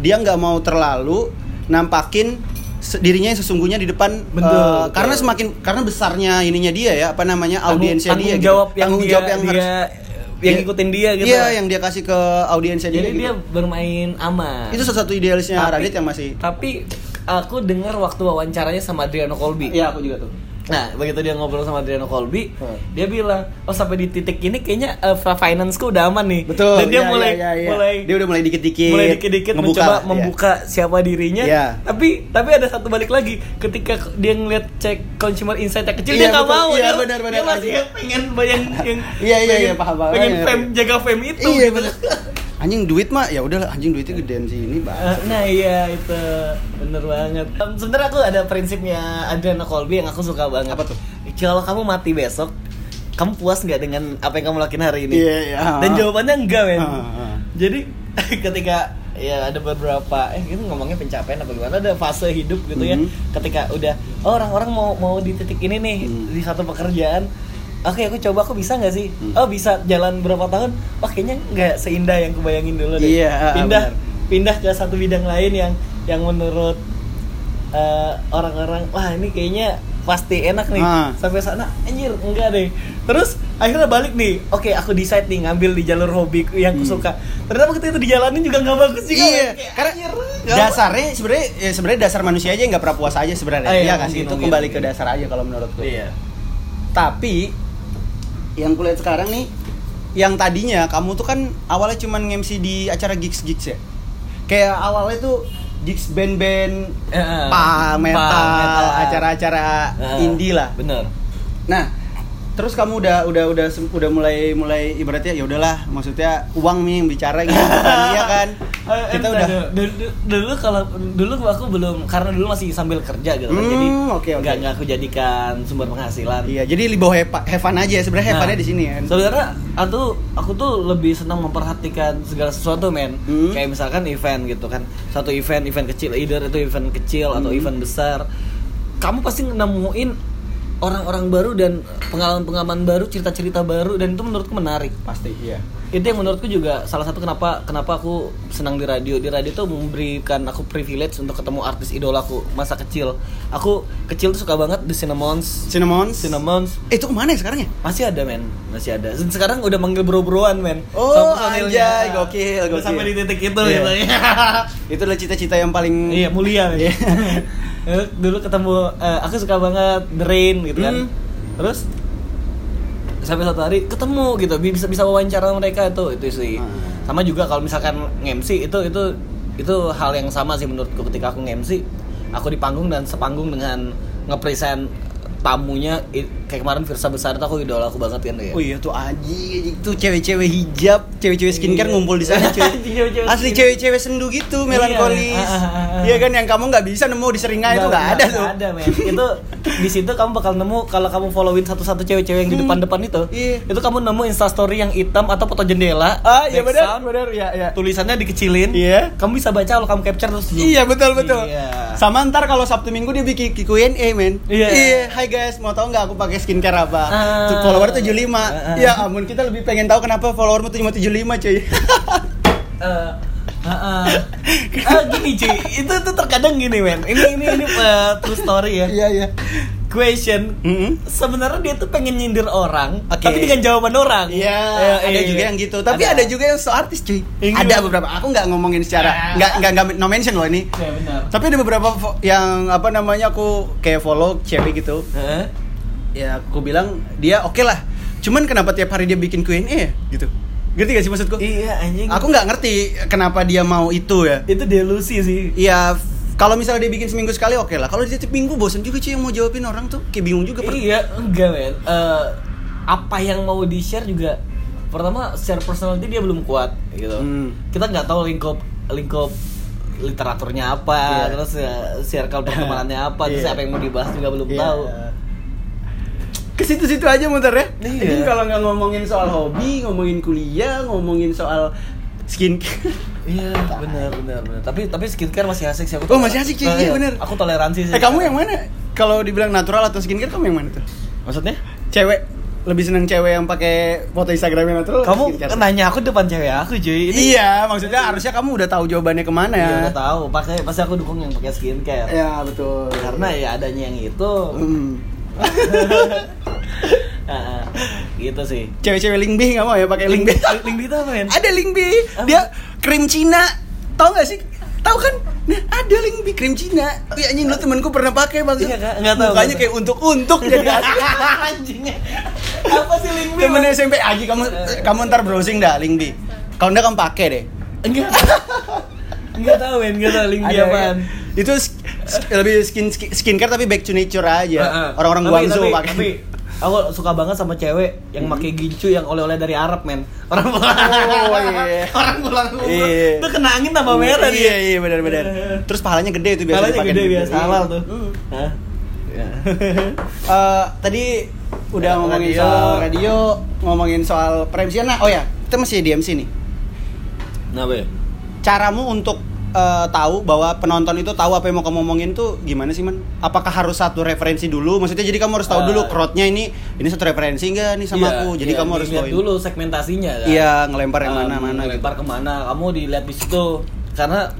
B: dia nggak mau terlalu nampakin se- dirinya yang sesungguhnya di depan
A: Betul,
B: eh,
A: betul.
B: karena semakin karena besarnya ininya dia ya apa namanya
A: Tanggung-
B: audiensnya
A: tanggung
B: dia gitu.
A: jawab yang
B: Tanggung
A: dia-
B: jawab yang
A: dia-
B: harus
A: yang ngikutin dia gitu.
B: iya yang dia kasih ke audiensnya
A: Jadi
B: dia, gitu.
A: dia bermain aman.
B: itu satu-satu idealisnya
A: Tapi-
B: Radit yang masih
A: Tapi aku dengar waktu wawancaranya sama Adriano Colby.
B: iya aku juga tuh
A: Nah, begitu dia ngobrol sama Adriano Colby,
B: Hmm.
A: dia bilang, "Oh, sampai di titik ini kayaknya eh, financeku udah aman nih."
B: betul
A: Dan dia
B: iya,
A: mulai
B: iya, iya.
A: mulai
B: dia udah mulai dikit-dikit
A: mulai dikit-dikit
B: ngebuka
A: mencoba
B: lah, iya.
A: membuka siapa dirinya.
B: Iya.
A: Tapi tapi ada satu balik lagi, ketika dia ngeliat cek consumer insight yang kecil
B: Iya,
A: dia nggak
B: betul.
A: mau.
B: Iya,
A: dia-
B: benar, benar.
A: Dia masih yang pengen yang yang
B: [laughs] Iya, iya, iya,
A: pengen-
B: paham, paham.
A: Pengen
B: Iya,
A: fame,
B: iya.
A: jaga fame itu.
B: iya
A: gitu.
B: bener anjing duit mah ya udahlah anjing duitnya gedean sih ini
A: Eh,
B: bah
A: Nah iya itu bener banget. Em, Sebenarnya aku ada prinsipnya Adriana Colby yang aku suka banget.
B: Apa tuh?
A: Kalau kamu mati besok, kamu puas nggak dengan apa yang kamu lakuin hari ini?
B: Iya, iya.
A: Dan jawabannya enggak men.
B: Ah, ah.
A: Jadi [laughs] ketika ya ada beberapa eh gitu ngomongnya pencapaian apa gimana ada fase hidup gitu ya.
B: Mhm.
A: Ketika udah oh, orang-orang mau mau di titik ini nih
B: Hmm.
A: di satu pekerjaan. Oke, aku coba aku bisa nggak sih?
B: Hmm.
A: Oh, bisa jalan berapa tahun? Wah, kayaknya nggak seindah yang kubayangin dulu deh.
B: Iya, ah,
A: Pindah
B: benar.
A: pindah ke satu bidang lain yang yang menurut eh, orang-orang wah ini kayaknya pasti enak nih
B: Ah.
A: sampai sana anjir enggak deh terus akhirnya balik nih oke aku decide nih ngambil di jalur hobi yang aku
B: Hmm.
A: suka ternyata ketika itu dijalanin juga nggak bagus juga
B: Iya,
A: Kayak,
B: karena
A: anjir, nggak
B: dasarnya sebenarnya ya sebenarnya dasar manusia aja yang nggak pernah puas aja sebenarnya
A: Ah, iya,
B: Iya nggak sih?
A: mungkin,
B: itu
A: mungkin,
B: kembali ke
A: mungkin.
B: dasar aja kalau menurutku
A: bagus. iya
B: tapi yang kulihat sekarang nih yang tadinya kamu tuh kan awalnya cuman nge-MC di acara gigs gigs ya kayak awalnya tuh gigs band-band
A: Eh,
B: punk, metal,
A: metal.
B: acara-acara
A: Eh,
B: indie lah
A: bener
B: Nah, terus kamu udah udah udah sem- udah mulai mulai ibaratnya ya udahlah, maksudnya uang nih yang bicara gitu kan, iya kan?
A: [laughs] Eh,
B: Kita
A: entah,
B: udah
A: dulu, dulu- dulu kalau dulu aku belum karena dulu masih sambil kerja gitu kan
B: Hmm,
A: jadi
B: oke, oke.
A: nggak nggak aku jadikan sumber penghasilan
B: Iya, jadi di bawah hepa- Heaven aja ya. Sebenarnya Heavennya di sini kan.
A: Nah, Sebenarnya aku, aku tuh lebih senang memperhatikan segala sesuatu men.
B: Hmm.
A: Kayak misalkan event gitu kan. Satu event, event kecil, either itu event kecil atau
B: Hmm.
A: event besar. Kamu pasti nemuin orang-orang baru dan pengalaman-pengalaman baru, cerita-cerita baru dan itu menurutku menarik.
B: Pasti iya.
A: Itu yang menurutku juga salah satu kenapa kenapa aku senang di radio. Di radio tuh memberikan aku privilege untuk ketemu artis idolaku masa kecil. Aku kecil tuh suka banget The Cinnamons.
B: Cinnamon.
A: Cinnamons
B: Eh, itu kemana ya sekarang ya?
A: masih ada men, masih ada. Dan Sekarang udah manggil bro-broan men.
B: Oh,
A: Sama personilnya.
B: anjay, gokil,
A: Udah
B: gokil.
A: Sampai di titik itu
B: Iya. [laughs]
A: gitu.
B: Itu adalah cita-cita yang paling
A: Iya, mulia men.
B: Iya.
A: [laughs] Eh, Dulu ketemu eh, aku suka banget The Rain gitu kan.
B: Hmm.
A: Terus sampai satu hari ketemu gitu bi- bisa bisa wawancara sama mereka itu itu sih
B: Hmm.
A: sama juga kalau misalkan nge-MC itu itu itu hal yang sama sih menurutku ketika aku nge-MC aku di panggung dan sepanggung dengan nge-present tamunya i-
C: kayak kemarin Virsa besar tuh aku idola aku banget kan ya.
B: Oh iya tuh aji, itu cewek-cewek hijab, cewek-cewek skincare
A: Iya.
B: ngumpul di sana cuy.
A: Anjing, [laughs] cewek-cewek
B: Asli
A: skin.
B: cewek-cewek sendu gitu,
A: Ah,
B: melankolis.
A: ah, ah, ah.
B: Iya kan yang kamu nggak bisa nemu di seringai itu nggak ada tuh.
A: Nggak ada, men. Itu di situ kamu bakal nemu kalau kamu followin satu-satu cewek-cewek yang di depan-depan itu.
B: Iya.
A: Itu kamu nemu instastory yang hitam atau foto jendela.
B: Ah iya benar,
A: background,
B: benar ya ya.
A: Tulisannya dikecilin.
B: Iya.
A: Kamu bisa baca kalau kamu capture terus. zoom.
B: Iya betul betul.
A: Iya.
B: Sama ntar kalau Sabtu Minggu dia bikin Q&A men.
A: Iya.
B: Hai guys, mau tahu nggak aku pakai skincare apa?
A: Ah.
B: Tuh, follower 75
A: Ah, ah.
B: Ya ampun kita lebih pengen tahu kenapa followermu cuma 75
A: [laughs]
B: cuy.
A: Eh,
B: [laughs]
A: ah, ah. Ah, gini cuy, itu tuh terkadang gini men. Ini ini ini eh, true story ya.
B: Iya iya.
A: Question.
B: Mm-mm.
A: Sebenarnya dia tuh pengen nyindir orang,
B: Oke.
A: tapi dengan jawaban orang.
B: Iya,
A: Eh,
B: ada
A: iya,
B: juga
A: iya.
B: yang gitu. Tapi ada, juga yang so artis cuy.
A: Yang
B: ada
A: gimana? Ah.
B: beberapa. Aku nggak ngomongin secara, nggak nggak nggak no mention loh ini.
A: Iya benar.
B: Tapi ada beberapa fo- yang apa namanya aku kayak follow cewek gitu.
A: Heeh.
B: Ya aku bilang dia oke lah. Cuman kenapa tiap hari dia bikin Q&A ya? gitu? Ngerti gak sih maksudku?
A: Iya anjing.
B: Aku nggak ngerti kenapa dia mau itu ya.
A: itu delusi sih.
B: Iya. f- Kalau misalnya dia bikin seminggu sekali oke lah. Kalau dia tiap minggu bosen juga cuy yang mau jawabin orang tuh kayak bingung juga. per-
A: Iya, enggak men. Eh, apa yang mau di share juga pertama share personality dia belum kuat gitu.
B: Hmm.
A: Kita nggak tahu lingkup lingkup literaturnya apa,
B: Iya.
A: terus ya,
B: [laughs]
A: circle pertemanannya apa, terus
B: Iya.
A: apa yang mau dibahas juga belum
B: Iya.
A: tahu.
B: Ke situ-situ aja muter ya.
A: Iya.
B: Jadi kalau nggak ngomongin soal hobi, ngomongin kuliah, ngomongin soal skincare.
A: Iya, benar benar benar. Tapi tapi skincare masih asik sih aku.
B: Oh, masih asik sih,
A: Eh,
B: iya, benar.
A: Aku toleransi sih.
B: eh kamu yang mana? Kalau dibilang natural atau skincare kamu yang mana tuh?
A: Maksudnya?
B: Cewek lebih seneng cewek yang pakai foto Instagramnya natural. atau
A: Kamu
B: Oh, skincare?
A: nanya aku depan cewek aku, cuy. Ini
B: Iya, maksudnya harusnya kamu udah tahu jawabannya kemana
A: Iya,
B: ya.
A: udah tahu. Pakai pasti aku dukung yang pakai skincare.
B: Ya betul.
A: Karena ya adanya yang itu.
B: Hmm.
A: Ah, ah.
B: [laughs]
A: gitu sih.
B: cewek-cewek lingbih nggak mau ya
A: Eh,
B: pakai
A: [laughs]
B: lingbih.
A: Lingbi itu apa men?
B: ada lingbih.
A: Apa?
B: Dia krim Cina. Tahu nggak sih? Tahu kan? Nah, ada lingbih krim Cina. Wih anjing lu temanku pernah pakai bang.
A: Iya, Kak. Nggak tahu, nggak
B: Mukanya
A: tahu.
B: kayak untuk-untuk
A: [laughs]
B: jadi asli.
A: Anjingnya. Apa sih Lingbi?
B: Temen SMP Aji "Ah, kamu
A: Eh.
B: kamu ntar browsing dah lingbih. Kalau enggak kamu pakai deh.
A: Enggak. [laughs] Enggak tahu men, enggak tahu Lingbi
B: Ada,
A: apaan.
B: ya. Itu sk- sk- lebih skin skin- skincare tapi back to nature aja.
A: Ah, ah.
B: Iya. Orang-orang
A: Tapi-
B: Guangzhou
A: tapi-
B: pakai. Hmm.
A: Tapi aku suka banget sama cewek yang pakai gincu yang oleh-oleh dari Arab men. Orang pulang.
B: Oh, iya.
A: [laughs] Orang pulang umroh.
B: Iya.
A: Itu kena angin tambah merah dia.
B: Iya iya benar-benar. Terus pahalanya gede itu biasa
A: Kalanya
B: dipakai
A: gede
B: di-
A: biasa
B: Iya.
A: halal tuh. Hah?
B: Eh, tadi udah
A: Ya,
B: ngomongin
A: radio.
B: soal radio, ngomongin soal Premsiana. Oh ya, kita masih di MC nih.
A: Nah, be.
B: Caramu untuk eh, tahu bahwa penonton itu tahu apa yang mau kamu omongin tuh gimana sih, Man? Apakah harus satu referensi dulu? Maksudnya jadi kamu harus
A: Ah.
B: tahu dulu crowd-nya ini ini satu referensi enggak nih sama
A: Iya,
B: aku. Jadi
A: iya,
B: kamu harus
A: dilihat
B: tahu.
A: dulu segmentasinya kan.
B: Iya, ngelempar yang
A: Um,
B: mana-mana gitu.
A: lempar kemana kamu dilihat di situ karena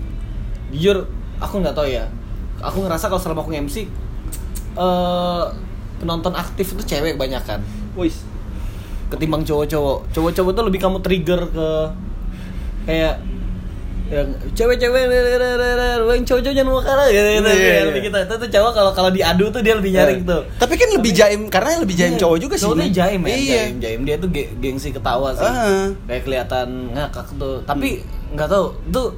A: jujur aku nggak tahu ya aku ngerasa kalau selama aku MC eh penonton aktif itu cewek banyak kan
B: Wis.
A: ketimbang cowok-cowok cowok-cowok tuh lebih kamu trigger ke kayak yang cewek-cewek yang cowok-cowok jangan mau kalah gitu gitu
B: Iya,
A: Kayak
B: iya.
A: lebih gitu itu tuh cowok kalau kalau diadu tuh dia lebih nyaring tuh
B: Tapi kan lebih jaim karena lebih jaim cowok juga sih.
A: iya, Cowoknya
B: Man.
A: jaim ya,
B: Iya. Ah.
A: jaim, jaim dia tuh ge- gengsi ketawa sih.
B: Heeh.
A: Kayak kelihatan ngakak tuh. Tapi
B: Hmm.
A: nggak tahu tuh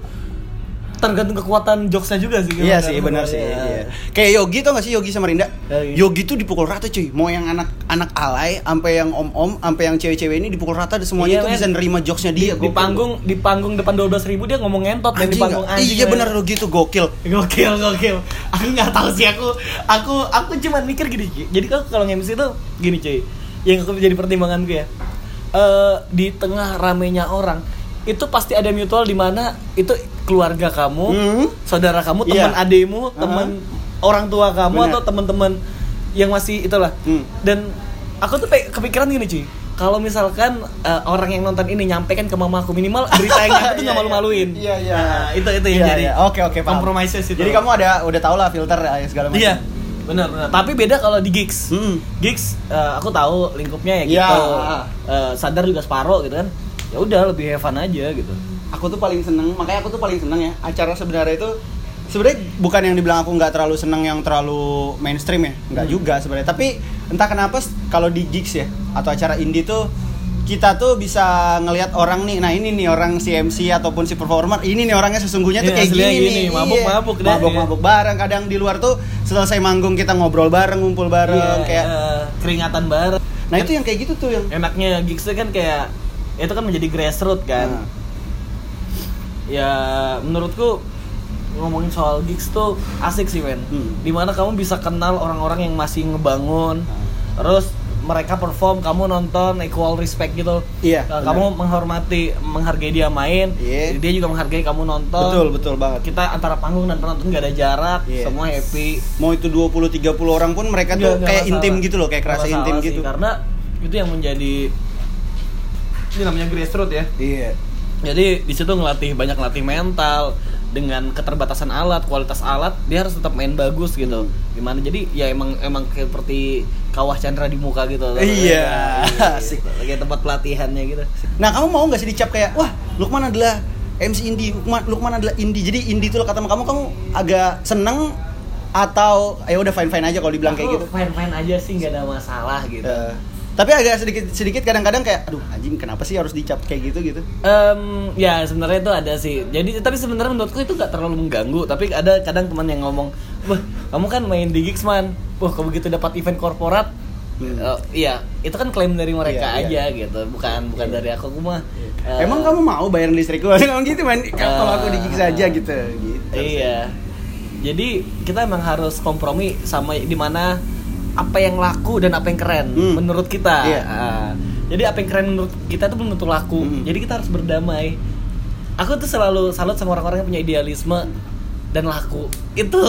A: tergantung kekuatan jokesnya juga sih. gimana.
B: Iya sih benar sih.
A: Iya.
B: Iya. Kayak Yogi tau gak sih Yogi sama Rinda?
A: Yogi.
B: Yogi tuh dipukul rata cuy. Mau yang anak anak alay, sampai yang om-om, sampai yang cewek-cewek ini dipukul rata dan
A: Iya,
B: semuanya tuh
A: men.
B: bisa nerima jokesnya
A: Di,
B: dia.
A: di
B: gokil.
A: panggung di panggung depan 12.000 ribu dia ngomong ngentot dan di
B: anjing
A: panggung
B: nggak? Iya
A: men.
B: benar Yogi tuh gokil.
A: Gokil, gokil. Aku nggak tahu sih aku. Aku aku cuma mikir gini. Ci. Jadi kalau kalau MC itu gini cuy. Yang aku jadi pertimbangan gue ya. Eh, di tengah ramenya orang itu pasti ada mutual di mana itu keluarga kamu,
B: Hmm.
A: saudara kamu,
B: Iya.
A: teman ademu, teman orang tua kamu
B: Benar.
A: atau teman-teman yang masih itulah.
B: Hmm.
A: Dan aku tuh pe- kepikiran gini cuy. Kalau misalkan eh, orang yang nonton ini nyampaikan ke mama aku minimal berita yang aku tuh
B: Iya,
A: nggak malu-maluin.
B: Iya iya.
A: Nah, itu itu yang
B: Iya,
A: jadi.
B: iya. Oke oke paham.
A: Compromises itu.
B: Jadi kamu ada udah tau lah filter eh, segala macam.
A: Iya, benar benar. Tapi beda kalau di gigs.
B: Hmm.
A: Gigs eh, aku tahu lingkupnya ya
B: Iya.
A: gitu. Eh, sadar juga separuh gitu kan. Ya udah lebih have fun aja gitu.
B: aku tuh paling seneng makanya aku tuh paling seneng ya acara sebenarnya itu sebenarnya bukan yang dibilang aku nggak terlalu seneng yang
A: Hmm.
B: terlalu mainstream ya nggak juga sebenarnya tapi entah kenapa s- kalau di gigs ya atau acara indie tuh kita tuh bisa ngelihat orang nih nah ini nih orang si MC ataupun si performer ini nih orangnya sesungguhnya tuh
A: Iya,
B: kayak gini,
A: aslinya gini,
B: nih
A: mabuk-mabuk iya. dah,
B: mabuk mabuk bareng kadang di luar tuh selesai manggung kita ngobrol bareng ngumpul bareng
A: Iya,
B: kayak
A: eh, keringatan bareng.
B: nah itu yang kayak gitu tuh yang
A: Enaknya gigs kan kayak itu kan menjadi grassroots kan.
B: Nah.
A: ya menurutku ngomongin soal gigs tuh asik sih men
B: Hmm.
A: dimana kamu bisa kenal orang-orang yang masih ngebangun terus mereka perform kamu nonton equal respect gitu
B: Iya,
A: Nah,
B: benar.
A: kamu menghormati menghargai dia main
B: Iya.
A: dia juga menghargai kamu nonton
B: betul betul banget
A: kita antara panggung dan penonton gak ada jarak
B: Iya.
A: semua happy
B: mau itu 20 30 orang pun mereka
A: Nggak-
B: tuh
A: nggak
B: kayak
A: masalah.
B: intim gitu loh, kayak kerasa
A: Nggak masalah
B: intim
A: sih,
B: gitu.
A: karena itu yang menjadi ini namanya grassroots ya
B: Iya.
A: Jadi di situ ngelatih banyak latih mental dengan keterbatasan alat, kualitas alat, dia harus tetap main bagus gitu. Gimana? Jadi ya emang emang kayak seperti kawah Chandra di muka gitu.
B: Iya, asik.
A: Asik. Kayak tempat pelatihannya gitu.
B: Nah, kamu mau nggak sih dicap kayak, "Wah, Lukman adalah MC indie, Lukman, Lukman adalah indie." Jadi indie itu loh kata sama kamu, kamu agak seneng atau ya udah fine-fine aja kalau dibilang kayak gitu.
A: Fine-fine aja sih nggak ada masalah gitu.
B: Eh, tapi agak sedikit sedikit kadang-kadang kayak, "Aduh, anjing, kenapa sih harus dicap kayak gitu gitu?"
A: Em, ya sebenarnya itu ada sih. Jadi tapi sebenarnya menurutku itu nggak terlalu mengganggu. Tapi ada kadang teman yang ngomong, wah kamu kan main di gigs man. Wah kalau begitu dapat event korporat,
B: Hmm.
A: eh, iya itu kan klaim dari mereka
B: Iya,
A: aja
B: iya.
A: gitu. Bukan bukan dari aku, aku mah. eh,
B: Emang kamu mau bayar listrik gua? [laughs] Emang gitu, man. Kalau aku digig saja gitu, gitu.
A: Iya. Jadi kita emang harus kompromi sama di mana apa yang laku dan apa yang keren
B: Hmm.
A: menurut kita.
B: Iya.
A: Ah. jadi apa yang keren menurut kita itu belum tentu laku.
B: Hmm.
A: Jadi kita harus berdamai. Aku tuh selalu salut sama orang-orang yang punya idealisme dan laku. Itu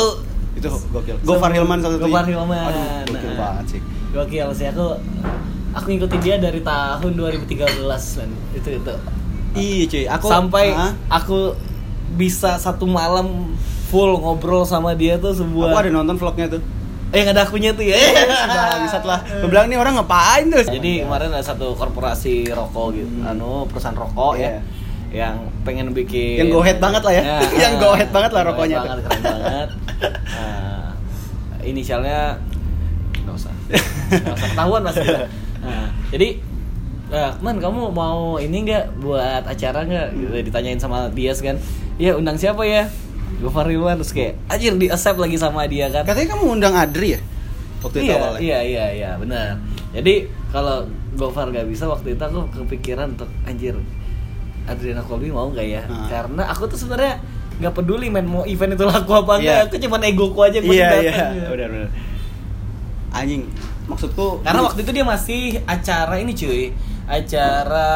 B: Itu gokil. Gofar Hilman satu
A: Gofar Hilman.
B: Aduh, gokil
A: Nah.
B: banget sih.
A: gokil sih aku aku ngikutin dia dari tahun 2013 men. Itu itu.
B: Iya, cuy. Aku ah?
A: sampai
B: Hah?
A: aku bisa satu malam full ngobrol sama dia tuh sebuah
B: Aku ada nonton vlognya tuh.
A: Eh, yang ada akunya tuh ya.
B: Iya.
A: [laughs]
B: Bangsat lah. Gue bilang nih orang ngapain tuh?
A: Jadi kemarin ada satu korporasi rokok gitu,
B: Hmm.
A: anu perusahaan rokok
B: Iya.
A: ya, yang pengen bikin
B: Yang gohead banget lah ya. [laughs] Yang gohead banget lah
A: gohead
B: rokoknya tuh.
A: banget, keren
B: [laughs]
A: banget. Nah, inisialnya nggak
B: [laughs]
A: usah, nggak usah ketahuan mas. kita. Nah, jadi eh, man kamu mau ini nggak buat acara nggak? Gitu,
B: Hmm.
A: ditanyain sama Dias kan, ya undang siapa ya? Gofar Ridwan terus kayak anjir di accept lagi sama dia kan
B: Katanya kamu undang Adri ya? Waktu itu
A: iya,
B: awalnya.
A: Iya, iya, iya, benar. Jadi kalau Gofar gak bisa waktu itu aku kepikiran untuk anjir Adriana Kolbi mau nggak ya?
B: Ah.
A: Karena aku tuh sebenarnya nggak peduli main mau event itu laku apa enggak,
B: Iya.
A: aku cuman egoku aja yang
B: Iya,
A: penting
B: iya.
A: datang. ya.
B: Benar, benar. Anjing, maksudku
A: Karena waktu itu dia masih acara ini cuy, acara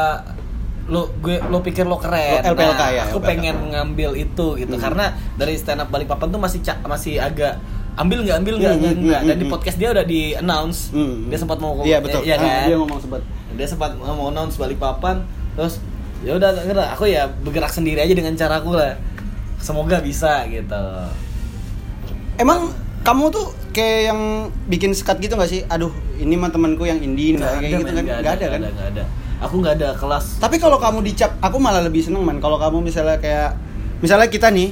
A: lo gue lo pikir lo keren. Nah,
B: Lo LPLK ya,
A: Aku
B: LPLK.
A: pengen ngambil itu gitu
B: Hmm.
A: karena dari stand up Balikpapan tuh masih ca- masih agak ambil nggak ambil nggak
B: Hmm,
A: nggak,
B: hmm,
A: nggak. dan
B: hmm,
A: di
B: hmm.
A: podcast dia udah di announce
B: Hmm.
A: dia sempat mau
B: Iya, betul.
A: iya
B: Ah,
A: kan?
B: Dia ngomong sempat.
A: dia sempat mau announce Balikpapan terus ya udah nggak- aku ya bergerak sendiri aja dengan caraku lah semoga bisa gitu
B: Emang kamu tuh kayak yang bikin sekat gitu gak sih? Aduh, ini mah temanku yang indie nggak kayak gitu
A: men,
B: kan?
A: nggak
B: Gak ada kan?
A: nggak ada. aku nggak ada kelas
B: Tapi kalau kamu dicap, aku malah lebih seneng man. Kalau kamu misalnya kayak, misalnya kita nih,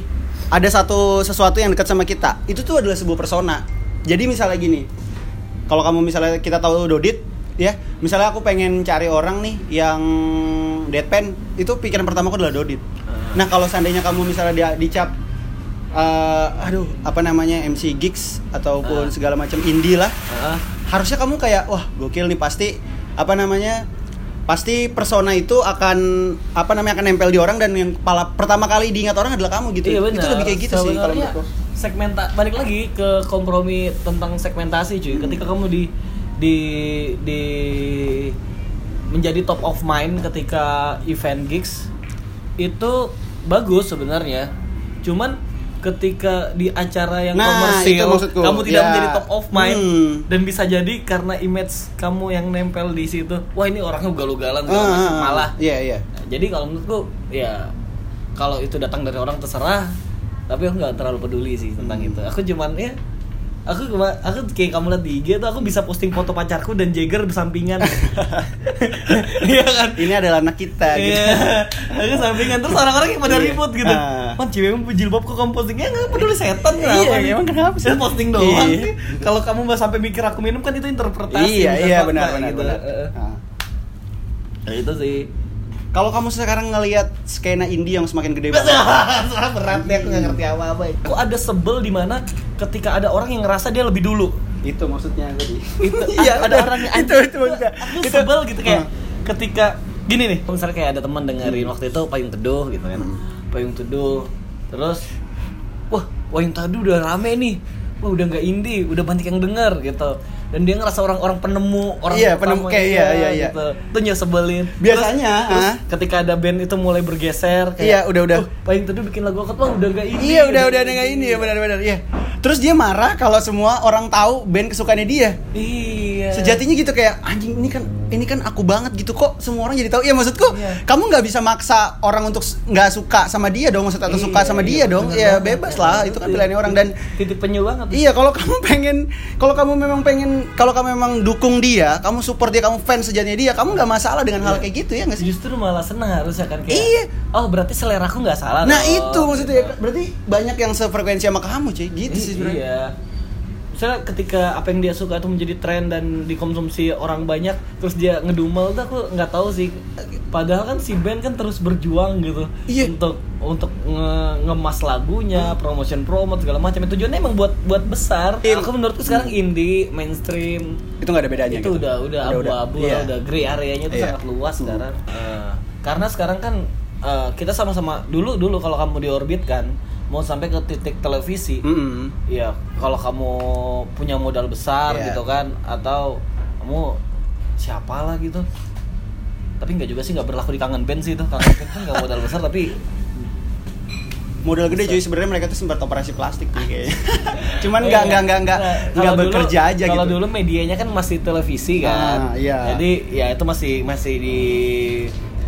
B: ada satu sesuatu yang dekat sama kita, itu tuh adalah sebuah persona. Jadi misalnya gini, kalau kamu misalnya kita tahu Dodit, ya, misalnya aku pengen cari orang nih yang deadpan, itu pikiran pertama aku adalah Dodit. Nah kalau seandainya kamu misalnya dia dicap, eh, aduh, apa namanya MC gigs ataupun
A: Ah.
B: segala macam indie lah,
A: Heeh.
B: harusnya kamu kayak wah gokil nih pasti apa namanya pasti persona itu akan apa namanya akan nempel di orang dan yang kepala pertama kali diingat orang adalah kamu gitu
A: Iya benar.
B: itu lebih kayak gitu sih kalau
A: Sebenarnya
B: menurutku
A: segmenta balik lagi ke kompromi tentang segmentasi
B: Hmm.
A: cuy. Ketika kamu di di di menjadi top of mind ketika event gigs itu bagus sebenarnya. Cuman ketika di acara yang
B: Nah, itu
A: komersil
B: maksudku.
A: kamu tidak
B: Ya.
A: menjadi top of mind
B: Hmm.
A: dan bisa jadi karena image kamu yang nempel di situ. Wah, ini orangnya ugal-ugalan segala
B: Ah,
A: macam.
B: ah, ah.
A: malah
B: iya iya
A: Nah, jadi kalau menurutku ya kalau itu datang dari orang terserah tapi aku nggak terlalu peduli sih tentang
B: Hmm.
A: itu aku cuman ya aku cuma- aku kayak kamu lihat di IG tuh aku bisa posting foto pacarku dan Jagger
B: [laughs]
A: bersampingan iya kan
B: ini adalah anak kita gitu
A: Iya, aku sampingan terus orang-orang yang pada
B: Iya.
A: ribut gitu.
B: Ah.
A: Man, cewekmu jilbab kok kamu postingnya nggak peduli setan kenapa?
B: Iya,
A: nih?
B: emang kenapa sih?
A: Dia posting doang.
B: Iya.
A: nih. Kalau kamu nggak sampai mikir aku minum kan itu interpretasi.
B: iya
A: bukan
B: iya
A: fakta,
B: benar benar
A: gitu.
B: benar
A: Eh, eh.
B: Ah.
C: Ya, itu
A: [laughs]
C: sih.
B: Kalau kamu sekarang ngelihat skena indie yang semakin gede banget,
C: Salah berat deh, aku gak
B: Iya.
C: ngerti apa-apa.
A: Kok ada sebel di mana ketika ada orang yang ngerasa dia lebih dulu.
B: itu maksudnya tadi. [laughs]
A: Itu
C: Iya,
B: Ah,
A: ada
C: bener.
A: orang yang
C: Itu- itu maksudnya.
A: Aku
C: Itu-
A: sebel gitu kayak
B: Hmm.
A: ketika gini nih.
C: Misalnya kayak ada teman dengerin waktu itu payung teduh gitu kan.
B: Hmm.
C: Payung teduh. Terus wah,
A: Wayang Tadu udah rame nih. Wah, udah nggak indie, udah banyak yang denger gitu. Dan dia ngerasa orang-orang penemu, orang
B: Iya,
A: pertama
B: penemu, kayak iya, iya, iya.
A: gitu. Itu nyesebelin.
B: Biasanya,
A: terus, terus
B: ah.
A: ketika ada band itu mulai bergeser kayak
B: Iya, udah, udah.
A: "Oh, Payung Teduh bikin lagu aku bang udah nggak indie.
B: Iya udah udah ada nggak ini ya benar-benar iya. Terus dia marah kalau semua orang tahu band kesukaannya dia.
A: Iya.
B: Sejatinya gitu kayak anjing ini kan ini kan aku banget gitu kok semua orang jadi tahu. Iya maksudku
A: Iya.
B: kamu nggak bisa maksa orang untuk s- nggak suka sama dia dong maksud atau
A: Iya,
B: suka sama
A: iya,
B: dia dong.
A: bener
B: Ya
A: banget. Iya.
B: bebas lah itu kan
A: Betul.
B: pilihannya orang dan
A: titik penyu banget.
B: Iya, kalau kamu pengen, kalau kamu memang pengen, kalau kamu memang dukung dia, kamu support dia, kamu fans sejatinya dia, kamu nggak masalah dengan hal
A: Iya.
B: kayak gitu ya nggak sih?
A: Justru malah seneng harusnya kan kayak.
B: Iya.
A: Oh, berarti selera aku nggak salah.
B: Nah
A: dong."
B: itu maksudnya ya, berarti banyak yang sefrekuensi sama kamu cuy, gitu
A: I-
B: sih sebenarnya.
A: Iya. Misalnya ketika apa yang dia suka itu menjadi tren dan dikonsumsi orang banyak, terus dia ngedumel tuh aku nggak tahu sih. Padahal kan si band kan terus berjuang gitu
B: Iya.
A: untuk untuk nge- ngemas lagunya, promotion promote segala macam. Tujuannya emang buat buat besar.
B: Iya.
A: Aku menurutku sekarang indie, mainstream,
B: Itu nggak ada bedanya.
A: itu
B: gitu.
A: udah udah abu-abu
B: Iya.
A: lah, udah gray areanya itu
B: Iya.
A: sangat luas
B: Hmm.
A: sekarang Eh, karena sekarang kan eh, kita sama-sama dulu dulu kalau kamu di orbit kan mau sampai ke titik televisi
B: Mm-mm.
A: ya kalau kamu punya modal besar
B: Iya.
A: gitu kan atau kamu siapa lah gitu tapi nggak juga sih nggak berlaku di kangen band sih itu kangen band kan nggak modal besar tapi
B: Modal gede cuy sebenarnya mereka tuh sempat operasi plastik cuy
A: [laughs]
B: kayaknya. Cuman nggak
A: Iya.
B: nggak nggak nggak
A: Kalau
B: nggak
A: dulu-
B: bekerja aja gitu.
A: Kalau dulu medianya kan masih televisi kan.
B: Ah, iya.
A: Jadi ya itu masih masih di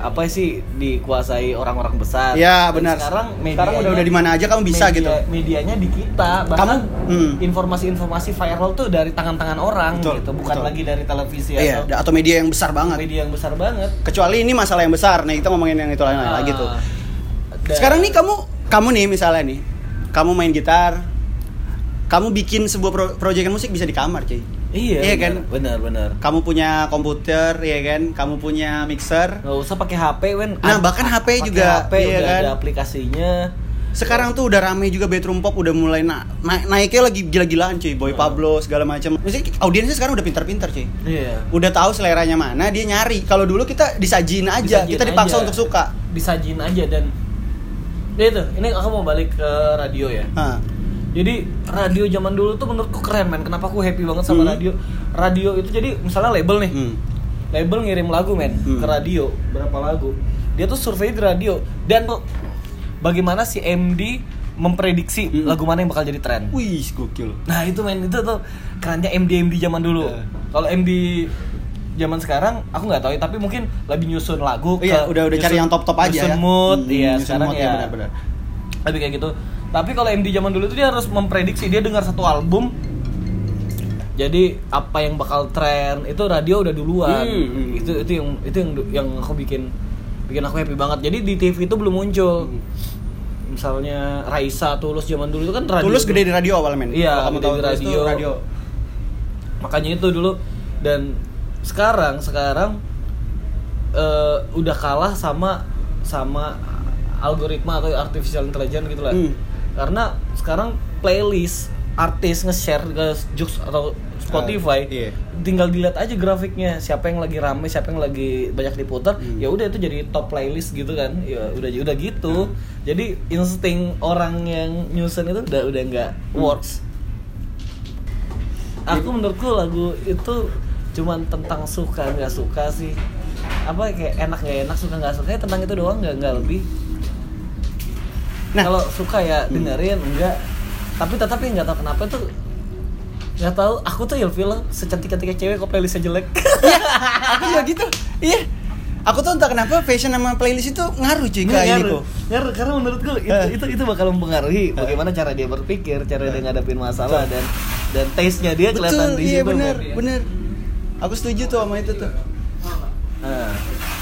A: apa sih dikuasai orang-orang besar. Dan
B: Iya, benar.
A: kan Sekarang media
B: Sekarang udah- udah di mana aja kamu bisa gitu.
A: Medianya di kita bahkan
B: Kamu- hmm.
A: informasi-informasi viral tuh dari tangan-tangan orang
B: Betul,
A: gitu, bukan
B: betul.
A: lagi dari televisi
B: Iya,
A: atau
B: atau media yang besar banget.
A: media yang besar banget.
B: Kecuali ini masalah yang besar. Nah, kita ngomongin yang itu lain
A: Ah,
B: lagi tuh.
A: dan-
B: Sekarang nih kamu kamu nih misalnya nih, kamu main gitar, kamu bikin sebuah pro proyekan musik bisa di kamar, cuy.
A: Iya,
B: Iya
A: kan?
B: kan?
A: Benar, benar.
B: Kamu punya komputer, ya kan? Kamu punya mixer.
A: Nggak usah pakai HP, Wen.
B: Nah,
A: Ad-
B: bahkan HP
A: pakai
B: juga,
A: HP
B: iya
A: udah
B: kan?
A: ada aplikasinya.
B: Sekarang tuh udah rame juga bedroom pop udah mulai na na- naiknya lagi gila-gilaan, cuy. Boy Pablo segala macam. Maksudnya audiensnya sekarang udah pintar-pintar, cuy.
A: Iya.
B: Udah tahu seleranya mana, dia nyari. Kalau dulu kita disajin aja,
A: Disajin
B: kita dipaksa
A: aja.
B: untuk suka.
A: disajin aja dan ya itu ini aku mau balik ke radio ya
B: Hah.
A: jadi radio zaman dulu tuh menurutku keren men kenapa aku happy banget sama
B: Hmm.
A: radio radio itu jadi misalnya label nih
B: Hmm.
A: label ngirim lagu men
B: Hmm.
A: ke radio berapa lagu dia tuh survei di radio dan tuh bagaimana si MD memprediksi
B: Hmm.
A: lagu mana yang bakal jadi tren
B: Wih, gokil.
A: Nah itu main itu tuh kerennya MD MD zaman dulu.
B: Eh.
A: Kalau MD zaman sekarang aku nggak tahu ya, tapi mungkin lebih nyusun lagu.
B: Oh iya, udah- udah cari yang top-top aja
A: nyusun
B: ya.
A: mood,
B: Hmm,
A: iya
B: nyusun
A: sekarang
B: mood,
A: ya.
B: iya, benar-benar.
A: Lebih kayak gitu. Tapi kalau MD zaman dulu tuh dia harus memprediksi dia dengar satu album. Jadi apa yang bakal tren itu radio udah duluan.
B: Hmm, hmm.
A: Itu itu yang itu yang yang aku bikin bikin aku happy banget. Jadi di TV itu belum muncul.
B: Hmm.
A: Misalnya Raisa Tulus zaman dulu itu kan radio
B: Tulus
A: tuh.
B: gede di radio awal men.
A: Iya,
B: Kalau kamu
A: gede
B: tahu
A: di
B: Tulus tuh
A: radio. [laughs]
B: radio.
A: makanya itu dulu dan sekarang sekarang eh, udah kalah sama sama algoritma atau artificial intelligence gitu lah
B: Hmm.
A: karena sekarang playlist artis nge-share ke Joox atau Spotify
B: Ah, iya.
A: tinggal dilihat aja grafiknya siapa yang lagi rame siapa yang lagi banyak diputar
B: Hmm.
A: ya udah itu jadi top playlist gitu kan ya udah udah gitu jadi insting orang yang nyusun itu udah udah nggak works
B: Hmm.
A: aku menurutku lagu itu cuman tentang suka nggak suka sih apa kayak enak nggak enak suka nggak suka ya tentang itu doang nggak nggak lebih
B: Nah.
A: kalau suka ya dengerin enggak tapi tetapi nggak tahu kenapa tuh nggak tahu aku tuh Ilfil secantik cantiknya cewek kok playlistnya jelek [laughs]
B: Aku juga gitu. Iya. Aku tuh entah kenapa fashion sama playlist itu ngaruh cuy ke ini
A: Ngaruh.
B: kok.
A: Ngaruh, karena menurutku itu,
B: Eh.
A: itu itu bakal mempengaruhi bagaimana cara dia berpikir cara dia ngadapin masalah dan dan taste nya dia kelihatan
B: Betul,
A: di
B: iya
A: situ,
B: bener,
A: kan?
B: bener. Aku setuju tuh sama itu tuh.
A: Nah,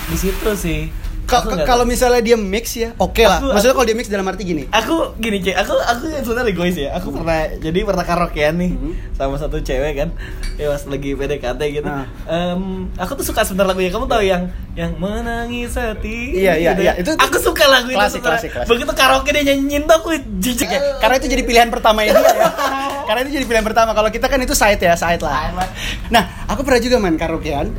A: di Eh, situ sih
B: Ka-
A: Aku nggak
B: kalau
A: tahu.
B: misalnya dia mix ya, oke lah.
A: Aku-
B: Maksudnya kalau dia mix dalam arti gini.
A: aku gini cek aku aku sebenarnya egois ya aku pernah jadi pernah karaokean nih
B: Hmm.
A: sama satu cewek kan ya pas lagi PDKT gitu
B: Ah.
A: Em, aku tuh suka sebenarnya lagunya kamu tahu yang yang menangis hati
B: Iya, iya,
A: gitu
B: iya.
A: ya.
B: Itu-
A: aku suka lagu itu sebenarnya.
B: Klasik, klasik, Eh. klasik.
A: begitu karaoke dia nyanyiin tuh aku jijik [laughs] ya
B: Karena itu jadi pilihan pertama
A: [laughs]
B: dia ya. Karena itu jadi pilihan pertama. Kalau kita kan itu side ya, side lah. Nah, aku pernah juga main karaokean.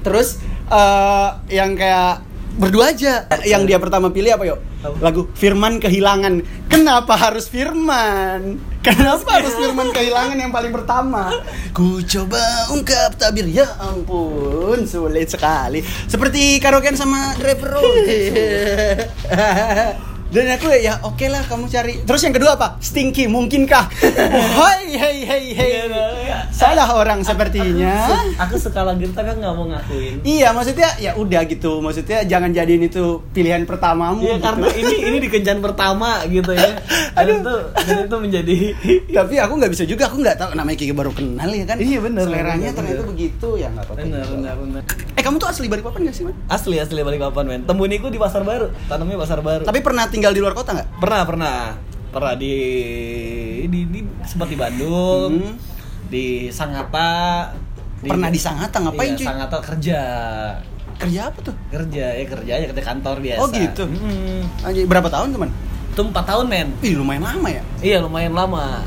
B: Terus eh, yang kayak berdua aja. Yang dia pertama pilih apa yuk?
A: Apa?
B: Lagu Firman Kehilangan. Kenapa harus Firman? Kenapa
A: [laughs]
B: harus Firman Kehilangan yang paling pertama? Ku coba ungkap tabir ya ampun sulit sekali. Seperti karaokean sama driver
A: [laughs]
B: Dan aku ya oke lah kamu cari. Terus yang kedua apa? Stinky
A: [laughs]
B: mungkinkah? Oh, Hai hei hei hei.
A: Iya,
B: Salah orang sepertinya.
A: [laughs] aku suka lagu itu tapi aku nggak mau ngakuin
B: Iya, maksudnya ya udah gitu. Maksudnya jangan jadiin itu pilihan pertamamu.
A: Iya
B: gitu.
A: karena ini ini di kencan pertama gitu
B: [laughs]
A: ya. Dan
B: Aduh.
A: itu dan itu
B: [laughs]
A: menjadi
B: Tapi aku nggak bisa juga, aku nggak tahu namanya Kiki baru kenal ya kan.
A: Iya, bener,
B: Seleranya
A: bener,
B: ternyata
A: bener.
B: begitu ya nggak apa-apa.
A: benar
B: juga.
A: benar benar.
B: Eh kamu tuh asli Balikpapan nggak sih, Man?
A: Asli asli Balikpapan men. Tembuniku di Pasar Baru, tanamnya Pasar Baru.
B: Tapi pernah tinggal di luar kota nggak?
A: pernah pernah pernah di di, di sempat di Bandung,
B: Hmm.
A: di Sangatta.
B: Pernah di Sangatta, ngapain,
A: iya,
B: cuy?
A: Sangatta kerja
B: Kerja apa tuh?
A: kerja ya kerja aja kerja kantor biasa.
B: Oh, gitu.
A: Mm.
B: Anjir, berapa tahun teman?
A: Itu empat tahun men.
B: Ih lumayan lama ya.
A: Iya lumayan lama.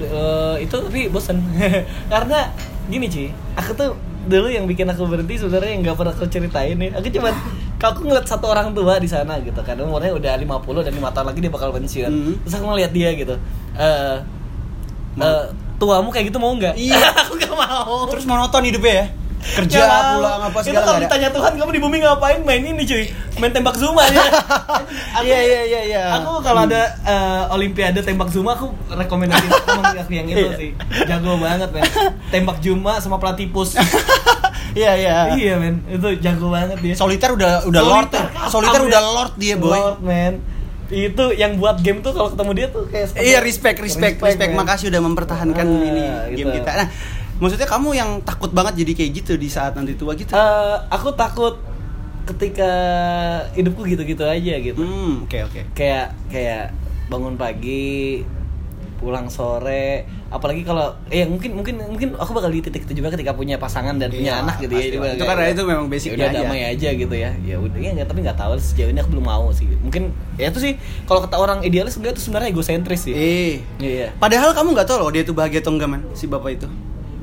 A: Eh, itu tapi bosen [laughs] karena gini Ci, aku tuh dulu yang bikin aku berhenti sebenarnya yang nggak pernah aku ceritain nih. Aku
B: [laughs]
A: cuman kalau aku ngeliat satu orang tua di sana gitu kan umurnya udah 50 dan 5 tahun lagi dia bakal pensiun.
B: Hmm.
A: Terus aku ngeliat dia gitu. Eh eh, tuamu kayak gitu mau nggak?
B: Iya.
A: [laughs] aku nggak mau.
B: Terus monoton hidupnya ya? Kerja
A: Nggak mau.
B: pulang
A: Oh.
B: apa
A: Itu
B: segala
A: kalau
B: nggak ada.
A: ditanya Tuhan kamu di bumi ngapain main ini cuy? Main tembak zuma
B: [laughs]
A: ya. Aku-
B: Iya iya iya iya.
A: Aku kalau ada eh, olimpiade tembak Zuma aku
B: [laughs]
A: rekomendasi sama aku yang itu
B: Iya.
A: sih. Jago banget, men. Tembak Zuma sama platipus.
B: Iya iya.
A: iya, men. Itu jago banget dia.
B: Soliter udah udah lord.
A: Soliter,
B: Soliter
A: kapan,
B: udah
A: men?
B: lord dia, iya, boy.
A: Lord, men. Itu yang buat game tuh kalau ketemu dia tuh kayak seperti-
B: Iya respect respect respect,
A: men.
B: makasih udah mempertahankan
A: Ah,
B: ini
A: gitu.
B: game kita. Nah, maksudnya kamu yang takut banget jadi kayak gitu di saat nanti tua gitu.
A: Eh, aku takut ketika hidupku gitu-gitu aja gitu.
B: Hmm, oke oke.
A: kayak kayak bangun pagi pulang sore apalagi kalau ya mungkin mungkin mungkin aku bakal di titik itu juga ketika punya pasangan dan punya
B: Iya,
A: anak gitu ya
B: pasti lah.
A: Jadi
B: Itu
A: kayak-
B: kan itu memang basicnya
A: ya udah
B: aja.
A: damai aja gitu ya ya udah ya nggak tapi nggak tahu sejauh ini aku belum mau sih mungkin ya itu sih kalau kata orang idealis dia itu sebenarnya egosentris sih
B: Eh,
A: Iya, iya.
B: padahal kamu nggak tahu loh dia itu bahagia atau enggak man si bapak itu.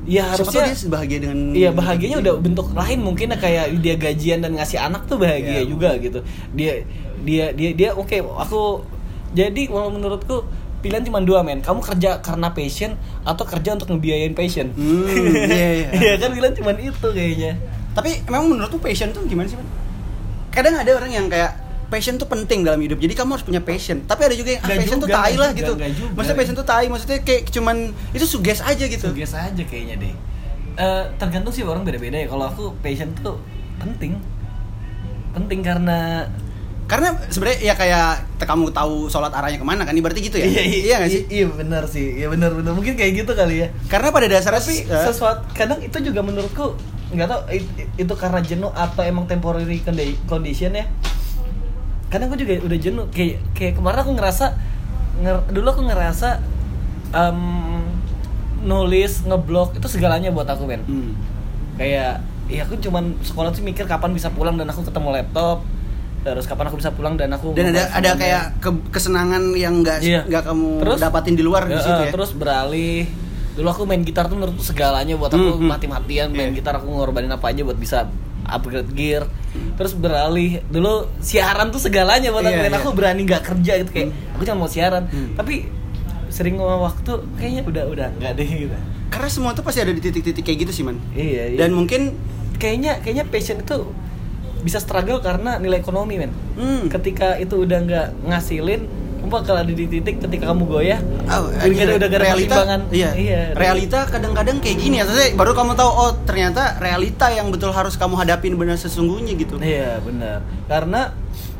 A: ya
B: Siapa
A: harusnya
B: tahu dia bahagia dengan.
A: Iya bahagianya udah bentuk lain mungkin ya, kayak dia gajian dan ngasih anak tuh bahagia
B: Iya.
A: juga gitu. Dia dia dia dia oke aku jadi kalau menurutku pilihan cuma dua men. Kamu kerja karena passion atau kerja untuk ngebiayain passion.
B: Hmm,
A: [laughs]
B: iya, iya.
A: kan pilihan cuma itu kayaknya.
B: Tapi memang menurut tuh passion tuh gimana sih man? Kadang ada orang yang kayak passion tuh penting dalam hidup. Jadi kamu harus punya passion. Tapi ada juga yang ah,
A: Nggak
B: passion tuh
A: juga,
B: tai
A: nggak
B: lah
A: juga,
B: gitu.
A: nggak juga.
B: Maksudnya passion tuh tai, maksudnya kayak cuman itu suges aja gitu.
A: Tugas aja kayaknya deh. Eh, tergantung sih orang beda-beda ya. Kalau aku passion tuh penting. Penting karena
B: Karena sebenarnya ya kayak te- kamu tahu sholat arahnya kemana kan, berarti gitu ya? nggak sih?
A: [laughs] Iya benar sih. Iya benar benar. Mungkin kayak gitu kali ya.
B: Karena pada dasarnya
A: tapi
B: eh,
A: sesuatu kadang itu juga menurutku nggak tahu it- it- itu karena jenuh atau emang temporary condi- condition ya kadang aku juga udah jenuh kayak kayak kemarin aku ngerasa nger- dulu aku ngerasa em, nulis ngeblog itu segalanya buat aku men
B: hmm.
A: kayak ya aku cuman sekolah tuh mikir kapan bisa pulang dan aku ketemu laptop terus kapan aku bisa pulang dan aku
B: dan ada
A: ngebuat
B: ada
A: semuanya.
B: kayak ke- kesenangan yang nggak
A: Iya.
B: nggak kamu
A: Terus?
B: dapatin di luar di
A: Eh,
B: situ
A: eh,
B: ya.
A: Terus beralih dulu aku main gitar tuh menurutku segalanya buat aku
B: Hmm, hmm.
A: mati-matian main
B: Iya.
A: gitar aku ngorbanin apa aja buat bisa upgrade gear. Terus beralih dulu siaran tuh segalanya buat aku
B: Iya,
A: dan
B: iya.
A: aku berani nggak kerja gitu kayak aku cuma mau siaran.
B: Hmm.
A: Tapi sering sama waktu kayaknya udah udah nggak deh gitu.
B: Karena semua tuh pasti ada di titik-titik kayak gitu sih man.
A: Iya, iya.
B: Dan mungkin
A: kayaknya kayaknya passion itu bisa struggle karena nilai ekonomi men.
B: Hmm.
A: Ketika itu udah nggak ngasilin, kamu bakal ada di titik ketika kamu goyah,
B: Oh,
A: gara-gara-
B: ini
A: gara-gara
B: realita,
A: pertimbangan.
B: iya, realita kadang-kadang kayak gini ya, maksudnya baru kamu tahu oh ternyata realita yang betul harus kamu hadapin benar sesungguhnya gitu.
A: Iya benar. Iya, Karena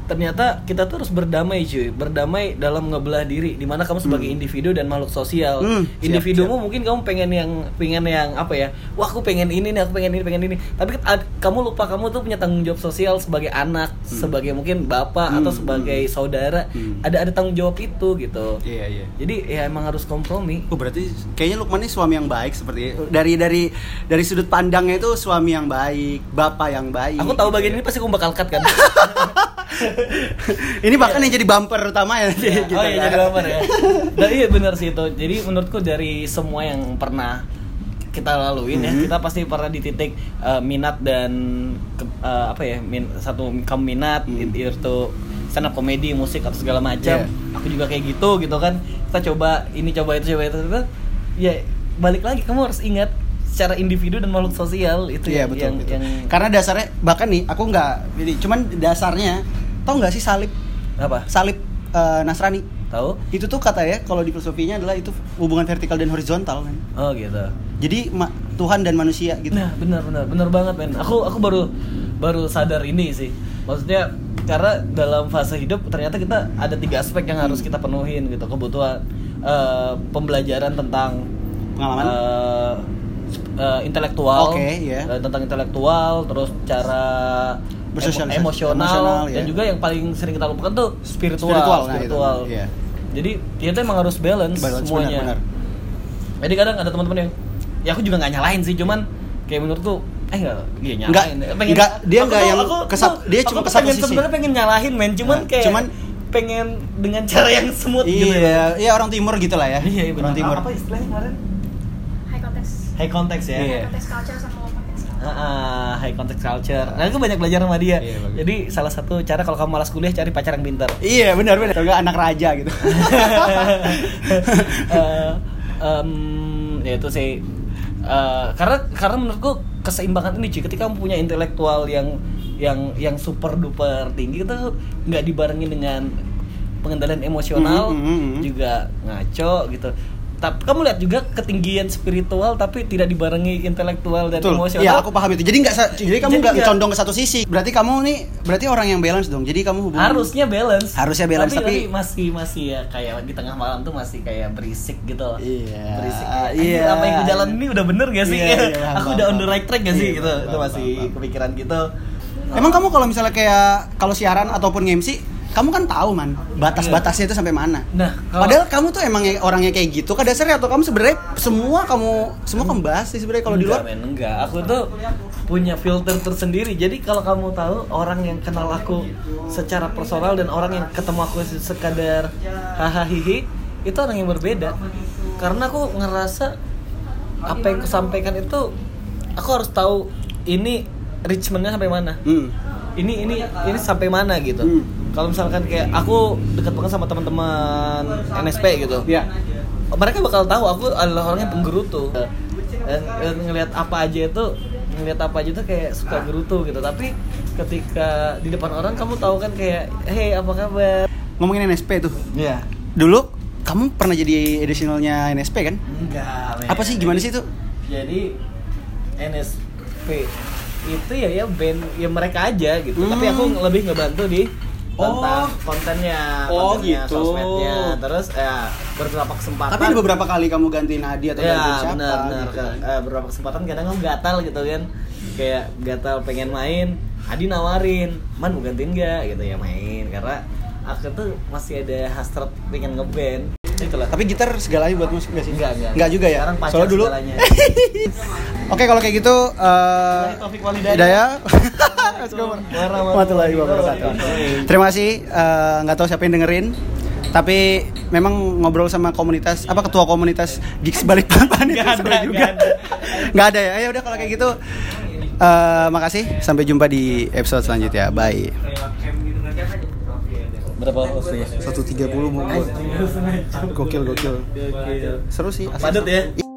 A: ternyata kita tuh harus berdamai cuy berdamai dalam ngebelah diri dimana kamu sebagai individu dan makhluk sosial
B: Hmm, siap,
A: individumu mungkin kamu pengen yang pengen yang apa ya wah aku pengen ini nih aku pengen ini pengen ini tapi kan ad- kamu lupa kamu tuh punya tanggung jawab sosial sebagai anak sebagai mungkin bapak
B: Hmm,
A: atau sebagai saudara
B: Hmm.
A: ada ada tanggung jawab itu gitu
B: Iya iya.
A: jadi ya emang harus kompromi
B: Oh berarti kayaknya Lukman ini suami yang baik seperti ya? dari dari dari sudut pandangnya itu suami yang baik, bapak yang baik.
A: aku tahu bagian ini pasti aku bakal cut
B: [laughs]
A: kan
B: ini bahkan yang jadi bumper utamanya nanti
A: Iya.
B: [laughs] gitu
A: oh iya
B: kan.
A: jadi lapar ya. Dan iya benar sih itu. Jadi menurutku dari semua yang pernah kita laluin ya,
B: Mhm.
A: kita pasti pernah di titik eh, minat dan ke- eh, apa ya, min- satu kamu minat
B: Hmm.
A: it- itu stand up komedi, musik atau segala macam.
B: Iya.
A: Aku juga kayak gitu gitu kan. Kita coba ini coba itu coba itu. itu. Ya balik lagi kamu harus ingat secara individu dan makhluk sosial itu
B: Iya
A: yang-
B: betul,
A: yang,
B: betul.
A: yang
B: Karena dasarnya bahkan nih aku nggak ini cuman dasarnya tau nggak sih salib
A: apa?
B: salib eh, Nasrani
A: Tahu?
B: itu tuh kata ya kalau di filosofinya adalah itu hubungan vertikal dan horizontal kan.
A: Oh gitu.
B: Jadi ma- Tuhan dan manusia gitu.
A: Nah, benar benar benar banget men. Aku aku baru baru sadar ini sih. Maksudnya karena dalam fase hidup ternyata kita ada tiga aspek yang
B: Hmm.
A: harus kita penuhin gitu. Kebutuhan eh, pembelajaran tentang
B: Pengalaman?
A: eh, eh, intelektual.
B: Oke, iya.
A: Eh, tentang intelektual, terus cara
B: Bersosialisasi.
A: emo- emosional,
B: Emosional,
A: dan
B: iya.
A: juga yang paling sering kita lupakan tuh spiritual.
B: Spiritual, nah,
A: spiritual.
B: gitu. Iya.
A: Jadi kita emang harus balance,
B: Balance,
A: semuanya.
B: benar, benar.
A: Jadi kadang ada teman-teman yang ya aku juga nggak nyalahin sih, cuman kayak menurutku eh enggak dia
B: Nggak,
A: nyalahin.
B: nggak, dia
A: aku
B: nggak
A: tuh-
B: yang ke sat- dia cuma
A: aku
B: ke satu
A: pengen
B: sisi.
A: sebenarnya pengen nyalahin men, cuman
B: Nah,
A: kayak
B: cuman-
A: pengen dengan [laughs] cara yang smooth gitu.
B: Iya, iya orang timur gitu lah ya.
A: Iya, iya benar.
B: orang timur.
A: Apa istilahnya kemarin?
D: high context
A: High context ya.
B: Iya.
D: high context culture sama low context culture
A: Ah, ah, high context culture. Nah, aku banyak belajar sama dia.
B: Iya, bagus.
A: Jadi salah satu cara kalau kamu malas kuliah cari pacar yang pintar.
B: Iya, benar benar. Kalau nggak anak raja gitu.
A: Eh, em, ya itu sih Eh, karena karena menurutku keseimbangan ini cuy ketika kamu punya intelektual yang yang yang super duper tinggi itu nggak dibarengin dengan pengendalian emosional
B: Mhm, mhm, mhm.
A: juga ngaco gitu tapi kamu lihat juga ketinggian spiritual tapi tidak dibarengi intelektual [laughs] dan
B: Betul.
A: emosional
B: Iya, aku paham itu. Jadi nggak sa- jadi kamu
A: Jadi
B: nggak
A: nggak-
B: condong ke satu sisi. Berarti kamu nih berarti orang yang balance dong. Jadi kamu hubungan
A: harusnya balance
B: Harusnya balance, tapi-
A: masih masih ya kayak di tengah malam tuh masih kayak berisik gitu loh
B: Iya.
A: berisik kayak,
B: Iya.
A: "Anjir, apa yang gue jalan ini udah bener gak sih
B: Iya, iya,
A: [laughs] aku
B: paham,
A: udah on
B: paham.
A: the right track gak sih
B: Iya,
A: gitu
B: paham,
A: itu
B: paham,
A: masih
B: paham.
A: kepikiran gitu
B: Emang kamu kalau misalnya kayak kalau siaran ataupun nge-MC, kamu kan tahu man batas-batasnya itu sampai mana.
A: Nah, kalau-
B: padahal kamu tuh emang ya- orangnya kayak gitu kan dasarnya atau kamu sebenarnya semua kamu semua kamu bahas sih sebenarnya kalau di
A: Enggak,
B: luar.
A: men, enggak aku tuh punya filter tersendiri jadi kalau kamu tahu orang yang kenal aku secara personal dan orang yang ketemu aku se- sekadar hahaha hihi, itu orang yang berbeda karena aku ngerasa apa yang aku sampaikan itu aku harus tahu ini Richmondnya sampai mana
B: Hmm.
A: ini ini ini sampai mana gitu
B: Hmm.
A: kalau misalkan kayak aku dekat banget sama teman-teman NSP gitu
B: Iya.
A: mereka bakal tahu aku adalah orang yang penggerutu dan, dan ngelihat apa aja itu ngelihat apa aja itu kayak suka gerutu gitu tapi ketika di depan orang kamu tahu kan kayak hey apa kabar
B: Ngomongin NSP tuh.
A: ya
B: Dulu kamu pernah jadi additionalnya NSP kan?
A: enggak men.
B: Apa sih gimana sih itu?
A: jadi NSP itu ya ya band ya mereka aja gitu tapi aku
B: Hmm.
A: lebih ngebantu di tentang
B: Oh.
A: kontennya
B: Oh,
A: kontennya,
B: gitu.
A: sosmednya terus ya beberapa kesempatan
B: Tapi ada beberapa kali kamu gantiin Adi atau
A: ya
B: gantiin siapa?
A: benar benar
B: gitu kan?
A: Eh, beberapa kesempatan kadang kamu gatal gitu kan kayak gatal pengen main Adi nawarin man mau gantiin gak gitu ya main karena aku tuh masih ada hasrat pengen ngeband itulah
B: Tapi gitar segalanya buat musik gak sih?
A: Enggak, enggak.
B: juga ya?
A: Sekarang pacar
B: Soalnya dulu
A: segalanya.
B: [laughs] Oke kalau kayak gitu eh
A: Wallahi Taufik Walhidayah.
B: Hidayah.
A: Warahmatullahi wabarakatuh.
B: Terima kasih eh, nggak tahu siapa yang dengerin tapi memang ngobrol sama komunitas apa ketua komunitas gigs balik papan itu
A: Nggak
B: seru
A: ada,
B: juga
A: nggak ada.
B: [laughs] nggak ada ya ya udah kalau kayak gitu eh makasih sampai jumpa di episode selanjutnya bye
A: berapa waktunya
B: 1.30 mau gokil gokil seru sih asli.
A: padat ya